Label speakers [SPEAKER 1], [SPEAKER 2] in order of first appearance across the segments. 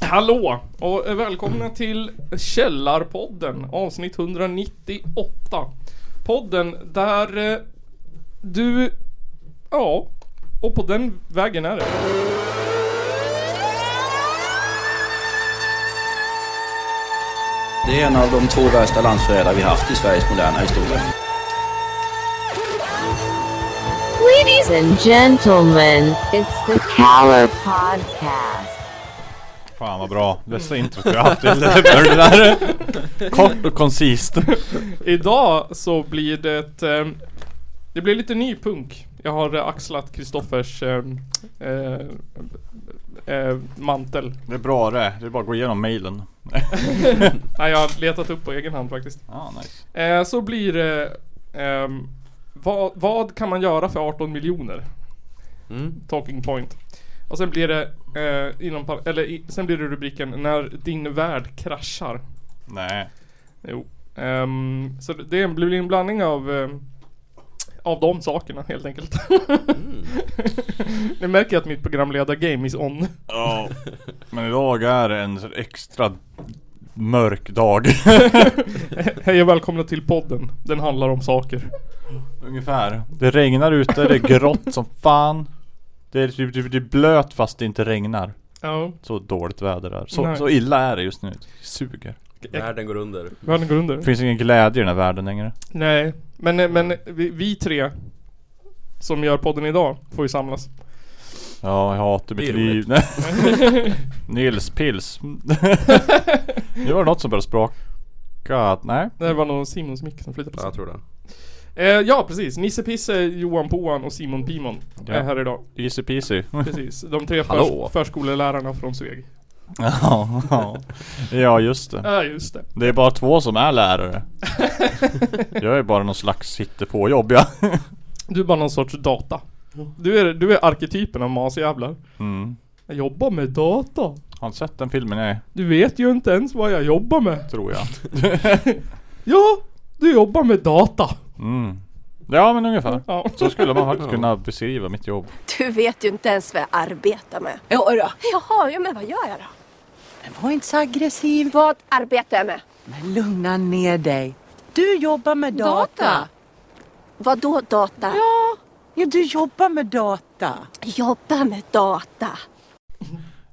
[SPEAKER 1] Hallå och välkomna till Källarpodden avsnitt 198. Podden där eh, du, ja, och på den vägen är det.
[SPEAKER 2] Det är en av de två värsta landsförrädare vi haft i Sveriges moderna historia.
[SPEAKER 3] Ladies and gentlemen, it's the Caller Podcast.
[SPEAKER 4] Fan vad bra, bästa introt jag haft i Lever det där Kort och koncist
[SPEAKER 1] Idag så blir det, eh, det blir lite ny punk. Jag har eh, axlat Kristoffers eh, eh, eh, mantel.
[SPEAKER 4] Det är bra det, det är bara att gå igenom mailen
[SPEAKER 1] Nej, jag har letat upp på egen hand faktiskt.
[SPEAKER 4] ah, nice.
[SPEAKER 1] Eh, så blir det... ehm, vad, vad kan man göra för 18 miljoner?
[SPEAKER 5] Mm.
[SPEAKER 1] Talking point. Och sen blir det... Eh, inom, par- eller i, sen blir det rubriken När din värld kraschar.
[SPEAKER 4] Nej,
[SPEAKER 1] Jo. Ehm, så det- det blir en blandning av... ehm, av de sakerna helt enkelt. Ni märker att mitt programledar-game is on.
[SPEAKER 4] Oh. men idag är det en extra mörk dag
[SPEAKER 1] Hej och välkomna till podden. Den handlar om saker.
[SPEAKER 4] Ungefär Det regnar ute, det är grått som fan Det är typ, typ det är blöt fast det inte regnar
[SPEAKER 1] Ja.
[SPEAKER 4] Så dåligt väder är så,
[SPEAKER 1] Nej.
[SPEAKER 4] så illa är det just nu, det suger
[SPEAKER 5] Världen går under.
[SPEAKER 1] Världen går under.
[SPEAKER 4] Det finns ingen glädje i den här världen längre
[SPEAKER 1] Nej, men, eh, men vi, vi tre som gör podden idag får ju samlas.
[SPEAKER 4] Ja, jag hatar
[SPEAKER 5] Det
[SPEAKER 4] mitt
[SPEAKER 5] är
[SPEAKER 4] liv Nils Pils Nu var det något som började språka Nej
[SPEAKER 1] Det var nog Simons mick som flyttade på
[SPEAKER 5] Ja,
[SPEAKER 1] sig.
[SPEAKER 5] jag tror det.
[SPEAKER 1] Eh, ja, precis. Nisse Pisse, Johan Poan och Simon Pimon
[SPEAKER 4] Ja.
[SPEAKER 1] är här idag.
[SPEAKER 4] Easy peasy
[SPEAKER 1] Precis. De tre
[SPEAKER 5] Hallå.
[SPEAKER 1] förs- förskolelärarna från Sveg.
[SPEAKER 4] Ja, ja. ja just det
[SPEAKER 1] Ja, just det.
[SPEAKER 4] Det är bara två som är lärare Jag är bara någon slags hittepåjobb ja
[SPEAKER 1] Du är bara någon sorts data. Du är, du är arketypen av masjävlar.
[SPEAKER 4] mm.
[SPEAKER 1] Jag jobbar med data.
[SPEAKER 4] Har du sett den filmen? Nej,
[SPEAKER 1] Du vet ju inte ens vad jag jobbar med.
[SPEAKER 4] tror jag
[SPEAKER 1] Ja, du jobbar med data.
[SPEAKER 4] mm. Ja men ungefär
[SPEAKER 1] Ja.
[SPEAKER 4] Så skulle man faktiskt kunna beskriva mitt jobb
[SPEAKER 6] Du vet ju inte ens vad jag arbetar med. Jo då. Jaha, ja, men vad gör jag då?
[SPEAKER 7] Var inte så aggressiv.
[SPEAKER 6] Vad arbetar jag med?
[SPEAKER 7] Men lugna ner dig. Du jobbar med data.
[SPEAKER 6] Data? Vad då data?
[SPEAKER 7] Ja, du jobbar med data.
[SPEAKER 6] Jobba med data.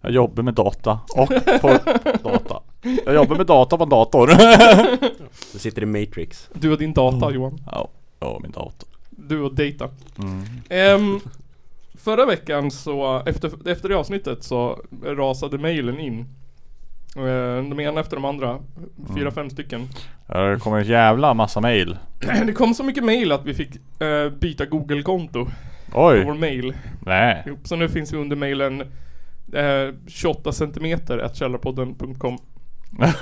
[SPEAKER 4] Jag jobbar med data och på data Jag jobbar med data på en dator
[SPEAKER 5] Du sitter i Matrix.
[SPEAKER 1] Du och din data, Johan.
[SPEAKER 4] Ja, ja min dator
[SPEAKER 1] Du och data.
[SPEAKER 4] mm.
[SPEAKER 1] Ehm, förra veckan så, efter, efter det avsnittet så rasade mejlen in. Ehm, de ena efter de andra. Fyra, fem stycken.
[SPEAKER 4] Ja, Det kommer en jävla massa mail
[SPEAKER 1] Det kom så mycket mejl att vi fick eh, byta Google-konto på vår
[SPEAKER 4] Oj,
[SPEAKER 1] mejl.
[SPEAKER 4] nej
[SPEAKER 1] Jo, Så nu finns vi under mejlen eh, 28 cm källarpodden.com.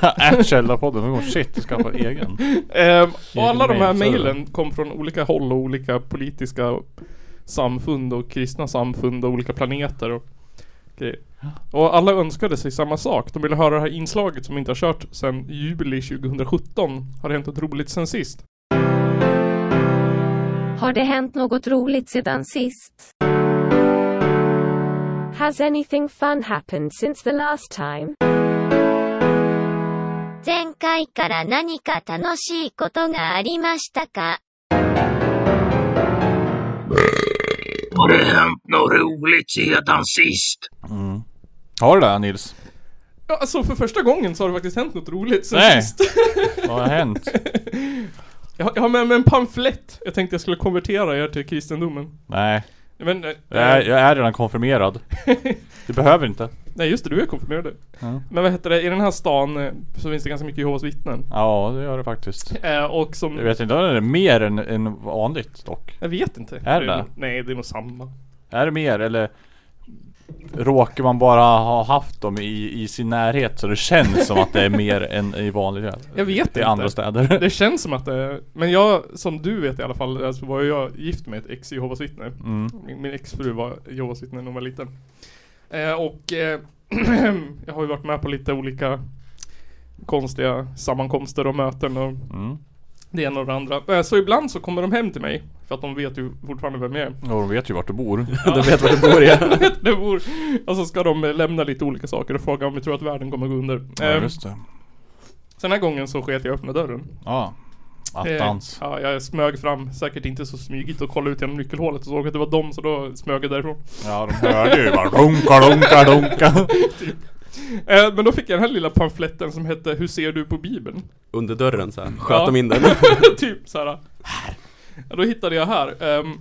[SPEAKER 4] At Källarpodden, oh shit, du skaffar egen
[SPEAKER 1] Ehm, och alla de här
[SPEAKER 4] Mail, så är det.
[SPEAKER 1] mejlen kom från olika håll och olika politiska samfund och kristna samfund och olika planeter och grejer. Och alla önskade sig samma sak. De ville höra det här inslaget som inte har kört sedan juli 2017. Har det hänt något roligt sen sist?
[SPEAKER 8] Har det hänt något roligt sedan sist? Has anything fun happened since the last time?
[SPEAKER 9] 前回から何か楽しいことがありましたか
[SPEAKER 10] Har det hänt något roligt sedan sist?
[SPEAKER 4] Har du det här, Nils?
[SPEAKER 1] Ja, alltså för första gången så har det faktiskt hänt något roligt sen
[SPEAKER 4] Nej.
[SPEAKER 1] sist.
[SPEAKER 4] Vad har hänt?
[SPEAKER 1] Jag har, jag har med mig en pamflett. Jag tänkte jag skulle konvertera er till kristendomen.
[SPEAKER 4] Nej,
[SPEAKER 1] Men, eh,
[SPEAKER 4] jag är, jag är redan konfirmerad Du behöver inte
[SPEAKER 1] nej just det, du är konfirmerad.
[SPEAKER 4] Ja.
[SPEAKER 1] Men vad heter det, i den här stan eh, så finns det ganska mycket Jehovas vittnen.
[SPEAKER 4] Ja, det gör det faktiskt
[SPEAKER 1] Eh, och som...
[SPEAKER 4] Jag vet inte om det är mer än, än vanligt dock
[SPEAKER 1] Jag vet inte.
[SPEAKER 4] Är det?
[SPEAKER 1] nog- Nej, det är nog samma.
[SPEAKER 4] Är det mer eller Råkar man bara ha haft dem i, i sin närhet så det känns som att det är mer än i vanliga
[SPEAKER 1] Jag vet
[SPEAKER 4] I
[SPEAKER 1] inte.
[SPEAKER 4] andra städer
[SPEAKER 1] Det känns som att det är- Men jag, som du vet i alla fall, alltså var jag gift med ett ex Jehovas vittne.
[SPEAKER 4] mm.
[SPEAKER 1] Min, min exfru var Jehovas vittne när hon var liten. Eh, och eh, jag har ju varit med på lite olika konstiga sammankomster och möten och
[SPEAKER 4] Mm.
[SPEAKER 1] Det ena och det andra. Eh, Så ibland så kommer de hem till mig. För att de vet ju fortfarande vem jag är.
[SPEAKER 4] Ja, de vet ju vart du bor.
[SPEAKER 5] De vet var du bor ja.
[SPEAKER 1] Det bor, och så ska de eh, lämna lite olika saker och fråga om vi tror att världen kommer gå under.
[SPEAKER 4] Ja,
[SPEAKER 1] Eh,
[SPEAKER 4] just det.
[SPEAKER 1] så den här gången så sket jag öppna dörren.
[SPEAKER 4] Ja.
[SPEAKER 1] Eh,
[SPEAKER 4] Attans.
[SPEAKER 1] ja, jag smög fram, säkert inte så smygigt, och kollade ut genom nyckelhålet och såg att det var dem, så då smög jag därifrån.
[SPEAKER 4] Ja, de hörde ju bara runka, runka, runka.
[SPEAKER 1] Eh, men då fick jag den här lilla pamfletten som hette Hur ser du på Bibeln?
[SPEAKER 5] Under dörren så här. sköt
[SPEAKER 1] Ja.
[SPEAKER 5] de in den.
[SPEAKER 1] typ såhär. Här! Ja, då hittade jag här. Ehm,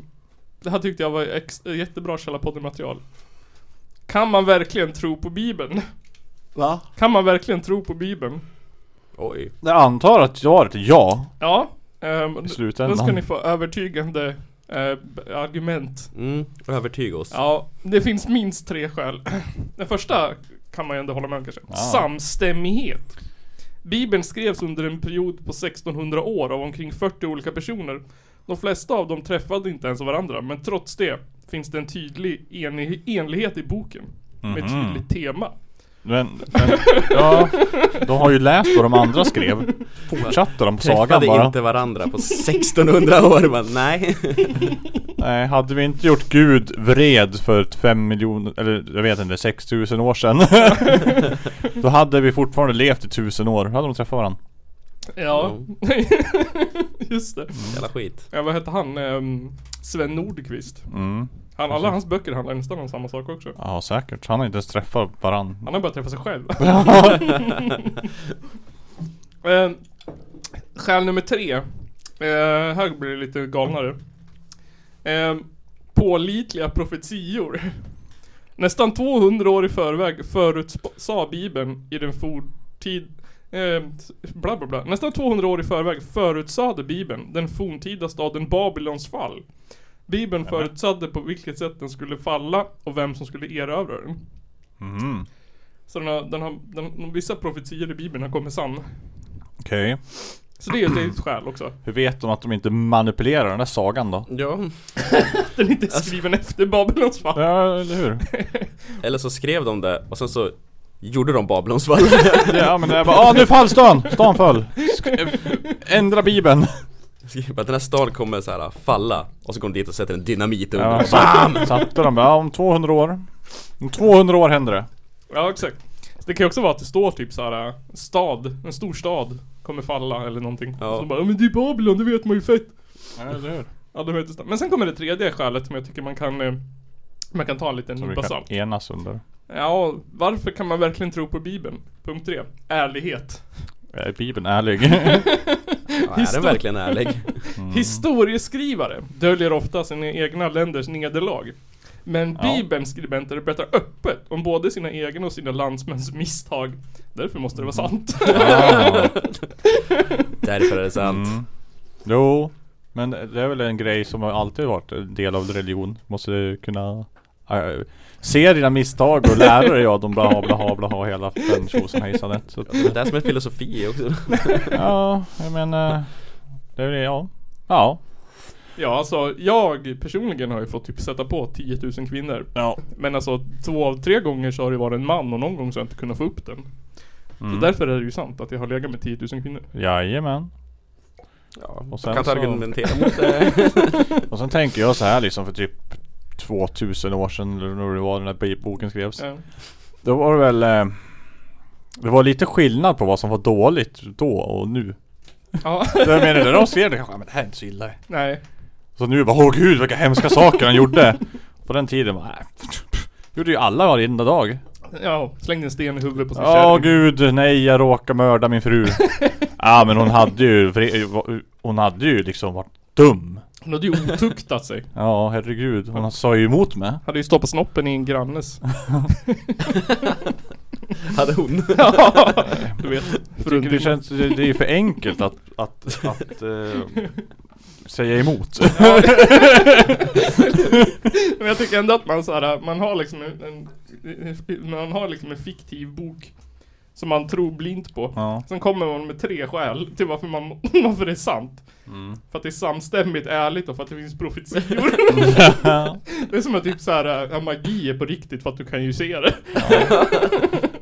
[SPEAKER 1] det här tyckte jag var ex- jättebra källarpodden-material. Kan man verkligen tro på Bibeln?
[SPEAKER 5] Va?
[SPEAKER 1] Kan man verkligen tro på Bibeln?
[SPEAKER 5] Oj.
[SPEAKER 4] Jag antar att svaret är ja.
[SPEAKER 1] Ja. Um,
[SPEAKER 4] I
[SPEAKER 1] då ska
[SPEAKER 4] slutändan.
[SPEAKER 1] ni få övertygande eh, b- argument.
[SPEAKER 5] Mm, övertyga oss.
[SPEAKER 1] Ja, det finns minst tre skäl. Den första kan man ju ändå hålla med om kanske. Samstämmighet. Bibeln skrevs under en period på 1600 år av omkring 40 olika personer. De flesta av dem träffade inte ens varandra, men trots det finns det en tydlig enig- enlighet i boken. Med ett tydligt tema.
[SPEAKER 4] Men, men, ja. De har ju läst vad de andra skrev. Fortsatte de på sagan
[SPEAKER 5] Träffade
[SPEAKER 4] bara.
[SPEAKER 5] inte varandra på 1600 år men nej.
[SPEAKER 4] Nej, hade vi inte gjort Gud vred för ett fem miljoner, eller jag vet inte, 6000 år sedan. då hade vi fortfarande levt i tusen år. Då hade de träffat varandra.
[SPEAKER 1] Ja, just det.
[SPEAKER 5] Jävla skit.
[SPEAKER 1] Ja, vad hette han? Ehm, Sven Nordqvist.
[SPEAKER 4] Mm.
[SPEAKER 1] Han, alla hans böcker handlar nästan om samma sak också.
[SPEAKER 4] Ja, säkert. Han har inte ens träffat varandra.
[SPEAKER 1] Han har börjat träffa sig själv. eh, skäl nummer tre. Eh, här blir det lite galnare. Eh, pålitliga profetior. Nästan 200 år i förväg förutsa Bibeln i den forntid... Eh, bla bla bla. Nästan 200 år i förväg förutsade Bibeln den forntida staden Babylons fall. Bibeln förutsadde på vilket sätt den skulle falla och vem som skulle erövra den.
[SPEAKER 4] Mm.
[SPEAKER 1] Så den har, den har, den, vissa profetior i bibeln har kommit sann.
[SPEAKER 4] Okej.
[SPEAKER 1] Så det är ju ett skäl också.
[SPEAKER 4] Hur vet de att de inte manipulerar den där sagan då?
[SPEAKER 5] Ja.
[SPEAKER 1] Den är inte
[SPEAKER 4] Alltså-
[SPEAKER 1] skriven efter Babylons fall.
[SPEAKER 4] Ja, eller hur?
[SPEAKER 5] Eller så skrev de det och sen så gjorde de Babylons fall.
[SPEAKER 4] Ja men det är bara ah, nu fall stan! Stan föll! Ändra bibeln!
[SPEAKER 5] Skrev att den här staden kommer så här äh, falla och så går de dit och sätter en dynamit under.
[SPEAKER 4] Ja,
[SPEAKER 5] den.
[SPEAKER 4] satt, satte de bara, ja, om 200 år Om 200 år händer det
[SPEAKER 1] Ja, exakt. Så det kan ju också vara att det står typ så här äh, stad, en stor stad kommer falla eller någonting.
[SPEAKER 5] Ja.
[SPEAKER 1] Så bara, "Ja, men det är Babylon, det vet man ju fett.
[SPEAKER 4] Ja eller hur?
[SPEAKER 1] Ja, det vet jag. Men sen kommer det tredje skälet som jag tycker man kan, eh, man kan ta en liten
[SPEAKER 4] Som vi
[SPEAKER 1] nypa salt.
[SPEAKER 4] kan enas under
[SPEAKER 1] Ja, varför kan man verkligen tro på Bibeln? Punkt tre. Ärlighet.
[SPEAKER 4] Är eh, Bibeln ärlig?
[SPEAKER 5] Ja, är den verkligen ärlig?
[SPEAKER 4] Mm.
[SPEAKER 1] Historieskrivare döljer ofta sina egna länders nederlag. Men
[SPEAKER 4] Ja.
[SPEAKER 1] Bibelns skribenter berättar öppet om både sina egna och sina landsmäns misstag. Därför måste det vara sant.
[SPEAKER 4] ah,
[SPEAKER 5] Därför är det sant.
[SPEAKER 4] Mm. jo Men det är väl en grej som har alltid varit en del av religion Måste du kunna äh, Se dina misstag och lära dig av dem blaha blaha blaha hela den tjosan hejsan Så att,
[SPEAKER 5] Det är som en filosofi också.
[SPEAKER 4] Ja, jag menar Det är väl det, ja Ja
[SPEAKER 1] ja, alltså jag personligen har ju fått typ sätta på 10 000 kvinnor.
[SPEAKER 4] Ja
[SPEAKER 1] Men alltså två av tre gånger så har det varit en man och någon gång så har jag inte kunnat få upp den.
[SPEAKER 4] Mm.
[SPEAKER 1] Så därför är det ju sant att jag har legat med 10 000 kvinnor.
[SPEAKER 4] Jajamän
[SPEAKER 5] Ja,
[SPEAKER 4] Och sen
[SPEAKER 5] kan inte
[SPEAKER 4] så-
[SPEAKER 5] argumentera mot äh, det.
[SPEAKER 4] Och sen tänker jag så här liksom för typ 2000 år sedan eller när det var den här bi- boken skrevs.
[SPEAKER 1] Ja.
[SPEAKER 4] Då var det väl eh, Det var lite skillnad på vad som var dåligt då och nu.
[SPEAKER 1] ja.
[SPEAKER 4] Jag menar när de skrev det kanske, "Ja, men det här är inte så illa.
[SPEAKER 1] Nej.
[SPEAKER 4] Så nu bara åh gud vilka hemska saker han gjorde. På den tiden bara, "Nej, pff, pff." Gjorde ju alla varenda dag.
[SPEAKER 1] Ja, slängde en sten i huvudet på sin
[SPEAKER 4] Ja
[SPEAKER 1] kärring.
[SPEAKER 4] gud, nej jag råkar mörda min fru. Ja ah, men hon hade ju, vre- hon hade ju liksom varit dum.
[SPEAKER 1] Hon hade ju otuktat sig.
[SPEAKER 4] Ja herregud, hon sa ju emot mig.
[SPEAKER 1] Hade ju stoppat snoppen i en grannes.
[SPEAKER 5] Hade hon.
[SPEAKER 1] Du vet.
[SPEAKER 4] Tycker det
[SPEAKER 1] Frun.
[SPEAKER 4] känns, det det är ju för enkelt att, att, att eh, säga emot.
[SPEAKER 1] Men jag tycker ändå att man så här, man har liksom en, en, man har liksom en fiktiv bok som man tror blint på.
[SPEAKER 4] Ja.
[SPEAKER 1] Sen kommer man med tre skäl till varför, man, varför det är sant.
[SPEAKER 4] Mm.
[SPEAKER 1] För att det är samstämmigt, ärligt och för att det finns profetior. det är som att typ så här, ja, magi är på riktigt för att du kan ju se det.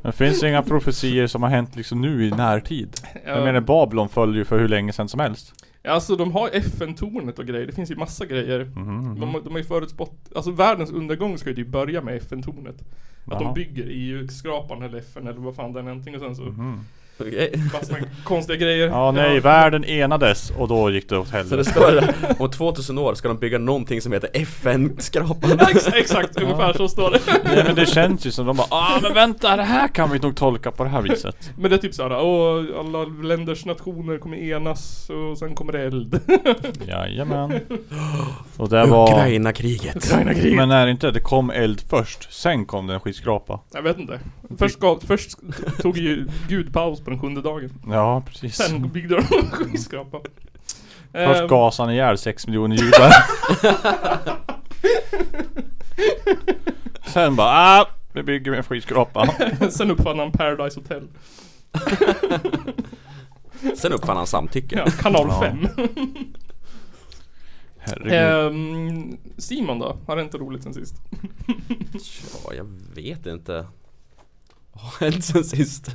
[SPEAKER 4] Det finns ju inga profetier som har hänt liksom nu i närtid. Jag menar Babylon föll ju för hur länge sedan som helst.
[SPEAKER 1] Ja, Alltså de har FN-tornet och grejer, det finns ju massa grejer.
[SPEAKER 4] Mm.
[SPEAKER 1] De, har- de har ju förutspått, alltså världens undergång ska ju typ börja med FN-tornet. Att
[SPEAKER 4] Jaha.
[SPEAKER 1] de bygger EU-skrapan eller FN eller vad fan det är någonting och sen så
[SPEAKER 5] Okej.
[SPEAKER 1] fastnar konstiga grejer.
[SPEAKER 4] Mhm. Ja nej, världen enades och då gick det åt
[SPEAKER 5] Så det
[SPEAKER 4] helvete.
[SPEAKER 5] står där, om 2000 år ska de bygga någonting som heter FN-skrapan
[SPEAKER 1] Ex- exakt, ungefär så står det.
[SPEAKER 4] Nej men det känns ju som de bara ah men vänta det här kan vi nog tolka på det här viset.
[SPEAKER 1] Men det är typ såhär, åh, alla länders nationer kommer enas och sen kommer det eld.
[SPEAKER 4] Jajamän. Och det var...
[SPEAKER 5] Ukraina-kriget
[SPEAKER 4] Men är det inte det kom eld först, sen kom det en skyskrapa.
[SPEAKER 1] Jag vet inte. Först, gav, först tog ju Gud paus på den sjunde dagen.
[SPEAKER 4] Ja precis.
[SPEAKER 1] Sen byggde de en skyskrapa.
[SPEAKER 4] Först
[SPEAKER 1] Ehm,
[SPEAKER 4] gasade han ihjäl 6 miljoner judar. Sen bara ah, vi bygger en skyskrapa.
[SPEAKER 1] Sen uppfann han Paradise Hotel.
[SPEAKER 5] Sen uppfann han samtycke
[SPEAKER 1] Ja, kanal
[SPEAKER 4] Ja.
[SPEAKER 1] 5.
[SPEAKER 4] Herregud.
[SPEAKER 1] Eh, Ehm, Simon då? Har det inte roligt sen sist?
[SPEAKER 5] Ja, jag vet inte Vad har hänt sen sist?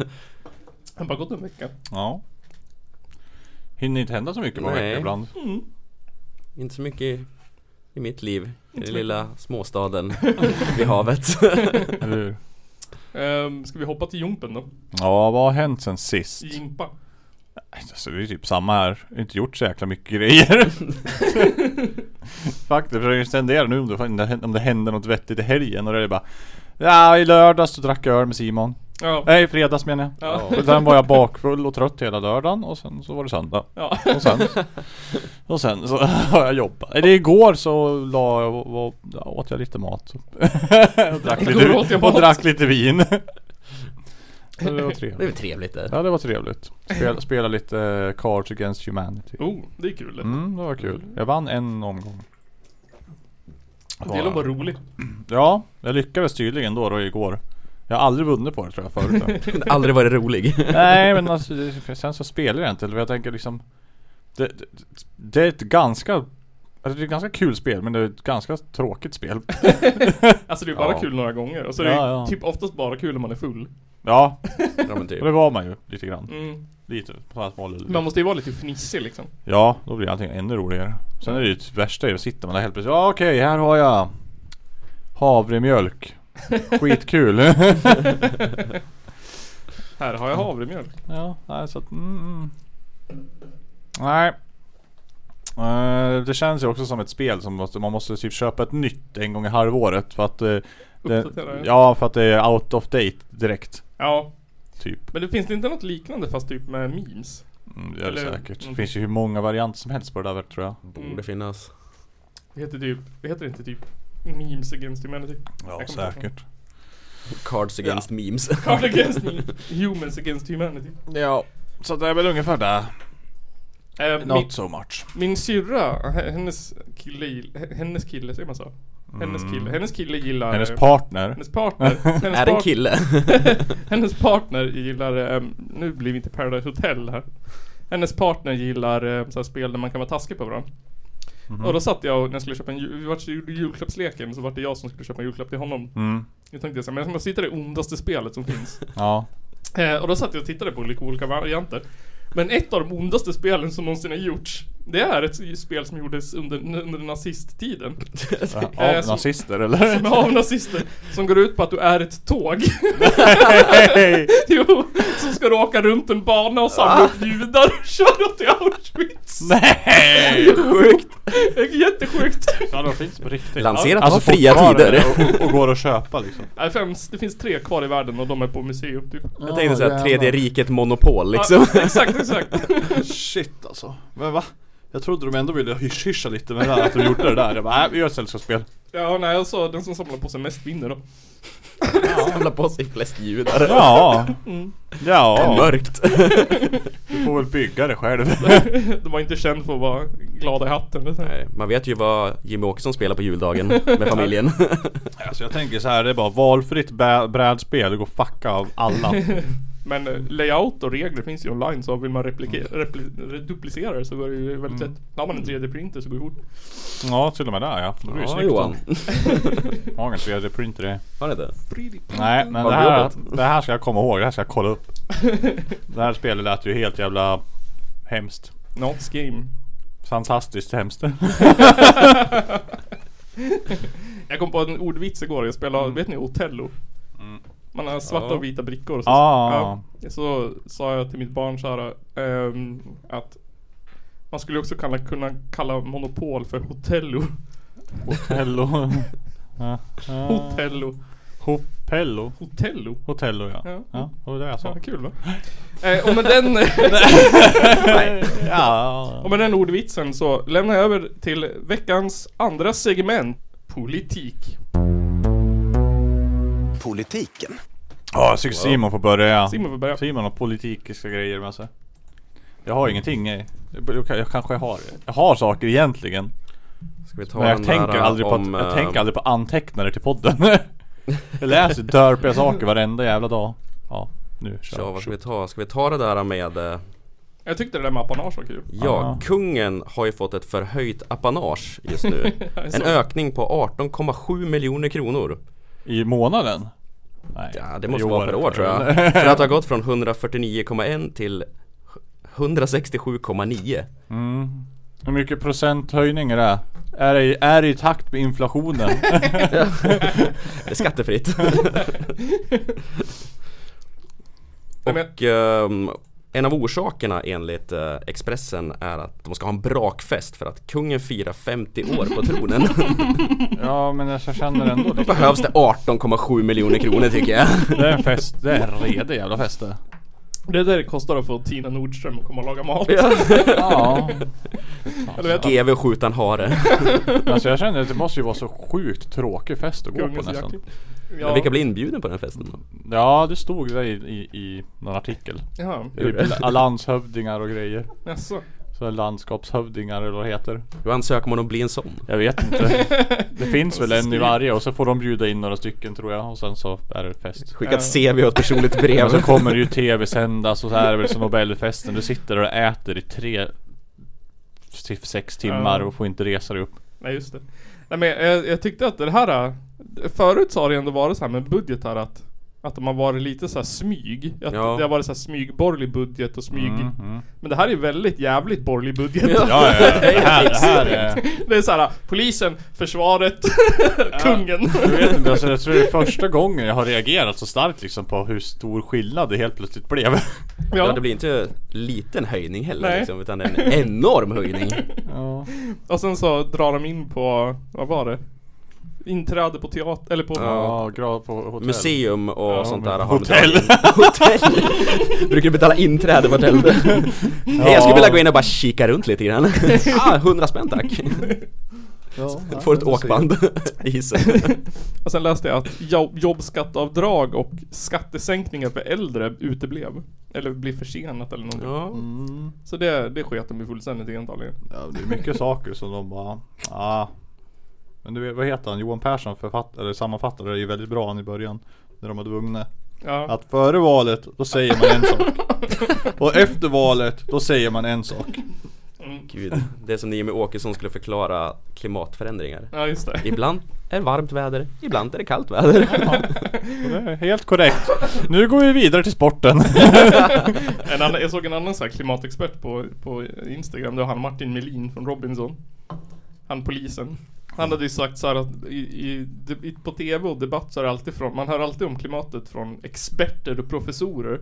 [SPEAKER 1] Han bara gått en vecka.
[SPEAKER 4] Ja. Hinner inte hända så mycket på en
[SPEAKER 5] Nej.
[SPEAKER 4] vecka ibland.
[SPEAKER 5] Inte så mycket i, i mitt liv I den lilla småstaden vid havet
[SPEAKER 4] Eller hur?
[SPEAKER 1] Ehm, ska vi hoppa till Jompen då?
[SPEAKER 4] Ja, vad har hänt sen sist?
[SPEAKER 1] Jimpa.
[SPEAKER 4] Alltså, det är ju typ samma här. Jag har inte gjort så jäkla mycket grejer. Faktiskt, jag försöker fundera nu om det, om det hände något vettigt i helgen och det är bara Ja, i lördags så drack jag öl med Simon.
[SPEAKER 1] Ja.
[SPEAKER 4] Nej, i fredags menar jag.
[SPEAKER 1] Ja.
[SPEAKER 4] Och Sen var jag bakfull och trött hela lördagen och sen så var det söndag.
[SPEAKER 1] Ja.
[SPEAKER 4] Och sen, och sen så har jag jobbat. Eller igår så la jag, var, ja, åt jag lite mat. och, drack
[SPEAKER 1] Igår
[SPEAKER 4] lite,
[SPEAKER 1] åt jag
[SPEAKER 4] och
[SPEAKER 1] mat.
[SPEAKER 4] drack lite vin. Så det var
[SPEAKER 5] Det är
[SPEAKER 4] trevligt.
[SPEAKER 5] väl trevligt det
[SPEAKER 4] Ja det var trevligt. Spela, spela lite eh, Cards Against Humanity.
[SPEAKER 1] Oh, det är kul. Mm.
[SPEAKER 4] Mm, det var kul. Jag vann en omgång.
[SPEAKER 1] Det låter bara roligt.
[SPEAKER 4] Ja, jag lyckades tydligen då, då igår. Jag har aldrig vunnit på det tror jag förut.
[SPEAKER 5] Jag har Aldrig varit rolig
[SPEAKER 4] Nej men alltså, det- sen så spelar jag inte. Eller jag tänker liksom Det, det, det är ett ganska Alltså det är ett ganska kul spel men det är ett ganska tråkigt spel.
[SPEAKER 1] Alltså det är bara
[SPEAKER 4] Ja.
[SPEAKER 1] kul några gånger. Och så är det
[SPEAKER 4] Ja,
[SPEAKER 1] ju
[SPEAKER 4] ja.
[SPEAKER 1] typ oftast bara kul när man är full.
[SPEAKER 4] Ja,
[SPEAKER 5] Ja men typ
[SPEAKER 4] och det var man ju lite grann.
[SPEAKER 1] Mm.
[SPEAKER 4] Lite på alla små lull.
[SPEAKER 1] Man måste ju vara lite fnissig liksom.
[SPEAKER 4] Ja, då blir allting ännu roligare. Sen är det ju det värsta är att sitta man där helt plötsligt. Ja okej, här har jag havremjölk. Skitkul.
[SPEAKER 1] Här har jag
[SPEAKER 4] Mm.
[SPEAKER 1] havremjölk.
[SPEAKER 4] ja, nej så att, mm, mm. Nej. Eh, det känns ju också som ett spel som måste, man måste typ köpa ett nytt en gång i halvåret för att eh, det,
[SPEAKER 1] Uppdatera det.
[SPEAKER 4] Ja, för att det är out of date direkt.
[SPEAKER 1] Ja.
[SPEAKER 4] Typ.
[SPEAKER 1] Men det finns det inte något liknande fast typ med memes?
[SPEAKER 4] Mm, det är det
[SPEAKER 1] Eller-
[SPEAKER 4] säkert. Det finns ju hur många varianter som helst på det där tror jag.
[SPEAKER 5] Borde finnas
[SPEAKER 1] Det heter typ, det heter inte typ Memes against humanity?
[SPEAKER 4] Ja,
[SPEAKER 1] kommer inte
[SPEAKER 4] säkert.
[SPEAKER 5] Cards against memes
[SPEAKER 1] Card against me. Humans against humanity.
[SPEAKER 4] Ja, så det är väl ungefär det.
[SPEAKER 1] Eh, min,
[SPEAKER 4] Not so much.
[SPEAKER 1] min syrra, h- hennes kille, gill- hennes kille, säger man så? Hennes kille, hennes kille gillar
[SPEAKER 4] Mm. Hennes partner.
[SPEAKER 1] Hennes partner, hennes,
[SPEAKER 5] Är det en
[SPEAKER 1] part-
[SPEAKER 5] kille?
[SPEAKER 1] hennes partner gillar, ehm, nu blir vi inte Paradise Hotel här Hennes partner gillar um, så här spel där man kan vara taskig på varandra
[SPEAKER 4] Mhm.
[SPEAKER 1] Och då satt jag och när jag skulle köpa en jul, vi vart- gjorde julklappsleken så var det jag som skulle köpa en julklapp till honom
[SPEAKER 4] Mm.
[SPEAKER 1] Jag tänkte såhär, men jag ska sitta i det ondaste spelet som finns
[SPEAKER 4] Ja.
[SPEAKER 1] Eh, och då satt jag och tittade på olika, olika varianter. Men ett av de ondaste spelen som någonsin har gjorts, det är ett spel som gjordes under, under nazisttiden. Eh,
[SPEAKER 4] Av
[SPEAKER 1] som-
[SPEAKER 4] nazister eller?
[SPEAKER 1] Som är av nazister. Som går ut på att du är ett tåg. jo, som ska du åka runt en bana och samla upp judar och köra till Auschwitz.
[SPEAKER 4] Nej!
[SPEAKER 5] Sjukt!
[SPEAKER 1] Det är jättesjukt.
[SPEAKER 4] Ja de finns på riktigt.
[SPEAKER 5] Lanserat av fria tider
[SPEAKER 4] Alltså, Och, och går att köpa liksom.
[SPEAKER 1] Nej, finns- Det finns tre kvar i världen och de är på museum typ.
[SPEAKER 5] Jag tänkte såhär,
[SPEAKER 4] jävlar.
[SPEAKER 5] tredje riket monopol liksom
[SPEAKER 1] Ja, exakt, exakt.
[SPEAKER 4] Shit alltså. Men va? Jag trodde de ändå ville hysch-hyscha lite med det där, att de gjorde det där. Jag bara, nej vi gör ett sällskapsspel.
[SPEAKER 1] Ja, nej, jag sa den som samlar på sig mest vinner då.
[SPEAKER 5] Samla på sig flest judar
[SPEAKER 4] Ja.
[SPEAKER 5] Mm.
[SPEAKER 4] Ja.
[SPEAKER 5] Mörkt
[SPEAKER 4] Du får väl bygga det själv.
[SPEAKER 1] De var inte känd för att vara glada i hatten. vet du.
[SPEAKER 5] Nej, man vet ju vad Jimmy Åkesson spelar på juldagen med familjen
[SPEAKER 4] Alltså jag tänker så här, det är bara valfritt bä- brädspel. Det går fucka av alla.
[SPEAKER 1] Men eh, layout och regler finns ju online så vill man replikera,
[SPEAKER 5] Mm.
[SPEAKER 1] repli- duplicera det så går det ju väldigt lätt. Har man en 3D-printer så går det fort.
[SPEAKER 4] Ja till och med där ja. Det blir ju
[SPEAKER 5] Ja
[SPEAKER 4] snyggt.
[SPEAKER 5] Johan,
[SPEAKER 4] Har ingen 3D-printer det.
[SPEAKER 5] har ni det?
[SPEAKER 4] Nej men
[SPEAKER 5] Vad
[SPEAKER 4] det
[SPEAKER 5] bra
[SPEAKER 4] här,
[SPEAKER 5] Mm. jobbat.
[SPEAKER 4] det här ska jag komma ihåg, det här ska jag kolla upp Det här spelet lät ju helt jävla hemskt
[SPEAKER 1] Nats game.
[SPEAKER 4] Fantastiskt hemskt.
[SPEAKER 1] Jag kom på en ordvits igår, jag spelade,
[SPEAKER 4] Mm.
[SPEAKER 1] vet ni Otello? Man har svarta
[SPEAKER 5] Ja.
[SPEAKER 1] och vita brickor så,
[SPEAKER 4] Ah.
[SPEAKER 1] ja, så sa jag till mitt barn såhär ehm, Att Man skulle också kalla, kunna kalla Monopol för Hotello
[SPEAKER 4] Hotello. ja.
[SPEAKER 1] Ah.
[SPEAKER 4] ja.
[SPEAKER 1] Hotello
[SPEAKER 4] Hopello.
[SPEAKER 1] Hotello
[SPEAKER 4] Hotello ja.
[SPEAKER 1] Ja.
[SPEAKER 4] Ja, det var det jag sa.
[SPEAKER 1] Ja, kul va? eh, och med den Och
[SPEAKER 4] Ja.
[SPEAKER 1] med den ordvitsen så lämnar jag över till veckans andra segment Politik
[SPEAKER 2] Politiken.
[SPEAKER 4] Ja, jag tycker Simon får börja.
[SPEAKER 1] Simon får börja.
[SPEAKER 4] Simon har politiska grejer med sig. Jag har ingenting. nej. Jag, jag kanske har. Jag har saker egentligen.
[SPEAKER 5] Ska vi ta
[SPEAKER 4] Men jag
[SPEAKER 5] den
[SPEAKER 4] tänker,
[SPEAKER 5] där
[SPEAKER 4] aldrig på att,
[SPEAKER 5] om,
[SPEAKER 4] jag
[SPEAKER 5] eh,
[SPEAKER 4] tänker aldrig på antecknare till podden. jag läser dörpiga saker varenda jävla dag. Ja, nu
[SPEAKER 5] Ja,
[SPEAKER 4] kör
[SPEAKER 5] vad ska
[SPEAKER 4] vi.
[SPEAKER 5] vi ta? Ska vi ta det där med eh,
[SPEAKER 1] Jag tyckte det där med apanage var kul
[SPEAKER 5] Ja, kungen har ju fått ett förhöjt apanage just nu. en ökning på 18,7 miljoner kronor.
[SPEAKER 4] I månaden? Nej.
[SPEAKER 5] Ja,
[SPEAKER 4] i
[SPEAKER 5] det måste vara per år tror jag.
[SPEAKER 4] Ja,
[SPEAKER 5] För att ha gått från 149,1 till 167,9.
[SPEAKER 4] Hur mycket procent höjning är det? Är det, i- är det i takt med inflationen?
[SPEAKER 5] Det är skattefritt.
[SPEAKER 1] Nej, men-
[SPEAKER 5] Och ehm, en av orsakerna enligt eh, Expressen är att de ska ha en brakfest för att kungen firar 50 år på tronen.
[SPEAKER 4] ja men jag känner ändå
[SPEAKER 5] Då
[SPEAKER 4] det.
[SPEAKER 5] behövs det 18,7 miljoner kronor tycker jag.
[SPEAKER 4] Det är en fest, det är en redig jävla fest det.
[SPEAKER 1] Det är det det kostar att få Tina Nordström att komma och laga mat
[SPEAKER 4] Ja.
[SPEAKER 1] Eller vet du?
[SPEAKER 5] GV och skjutan hare.
[SPEAKER 4] Alltså jag känner att det måste ju vara så sjukt tråkig fest att gå på nästan.
[SPEAKER 1] Ja.
[SPEAKER 5] Vilka blir inbjudna på den här festen då?
[SPEAKER 4] Ja det stod det i, i, i någon artikel.
[SPEAKER 1] Jaha,
[SPEAKER 4] Typ landshövdingar och grejer.
[SPEAKER 1] jaså?
[SPEAKER 4] Så här landskapshövdingar eller vad det heter.
[SPEAKER 5] Hur ansöker man om att bli en sån?
[SPEAKER 4] Jag vet inte. Det finns väl en i varje och så får de bjuda in några stycken tror jag och sen så är det fest.
[SPEAKER 5] Skicka ett CV och ett personligt brev.
[SPEAKER 4] Och så kommer det ju tv-sändas och så är det väl som Nobelfesten. Du sitter och äter i tre till sex timmar
[SPEAKER 1] Ja.
[SPEAKER 4] och får inte resa dig upp.
[SPEAKER 1] Nej just det. Nej men jag, jag tyckte att det här, äh, förut så har det ändå varit så här med budgetar att att de har varit lite så här smyg. Att
[SPEAKER 5] Ja.
[SPEAKER 1] Det har varit så här smygborgerlig budget och smyg.
[SPEAKER 4] Mm, mm.
[SPEAKER 1] Men det här är väldigt jävligt borgerlig budget.
[SPEAKER 4] Ja, ja, ja. Det här, det här är...
[SPEAKER 1] Det är så här, polisen, försvaret, kungen.
[SPEAKER 4] Jag vet inte, alltså jag tror det är första gången jag har reagerat så starkt liksom på hur stor skillnad det helt plötsligt blev.
[SPEAKER 5] Ja,
[SPEAKER 1] Ja.
[SPEAKER 5] det blir inte liten höjning heller
[SPEAKER 1] Nej.
[SPEAKER 5] liksom, utan en enorm höjning.
[SPEAKER 4] Ja.
[SPEAKER 1] Och sen så drar de in på, vad var det? Inträde på teater, eller på...
[SPEAKER 4] Ja, grad på hotell.
[SPEAKER 5] Museum och
[SPEAKER 4] Ja,
[SPEAKER 5] sånt
[SPEAKER 4] men
[SPEAKER 5] där
[SPEAKER 4] hotell.
[SPEAKER 5] har betalat in. Hotell! Brukar du betala inträde på hotell? Hej, jag skulle vilja gå in och bara kika runt lite grann Ah, 100 spänn tack! Får ett åkband i isen
[SPEAKER 1] Och sen läste jag att jobb, jobbskatteavdrag och skattesänkningar för äldre uteblev. Eller blev försenat eller någonting.
[SPEAKER 5] ja.
[SPEAKER 1] Så det, det sket de ju fullständigt i antagligen.
[SPEAKER 4] Ja, det är mycket saker som de bara, ja. Men du vet, vad heter han? Johan Persson författade, eller sammanfattade det ju väldigt bra han i början. När de hade vunnit.
[SPEAKER 1] Ja.
[SPEAKER 4] Att före valet, då säger man en sak. Och efter valet, då säger man en sak.
[SPEAKER 5] Gud, det är som när Jimmy Åkesson skulle förklara klimatförändringar
[SPEAKER 1] ja, just det.
[SPEAKER 5] Ibland är det varmt väder, ibland är det kallt väder
[SPEAKER 4] Och det är helt korrekt. Nu går vi vidare till sporten.
[SPEAKER 1] En annan, jag såg en annan så här klimatexpert på, på Instagram. Det var han Martin Melin från Robinson. Han polisen. Han hade ju sagt så här att i, i, i, på TV och debatt så är det alltid från, man hör alltid om klimatet från experter och professorer.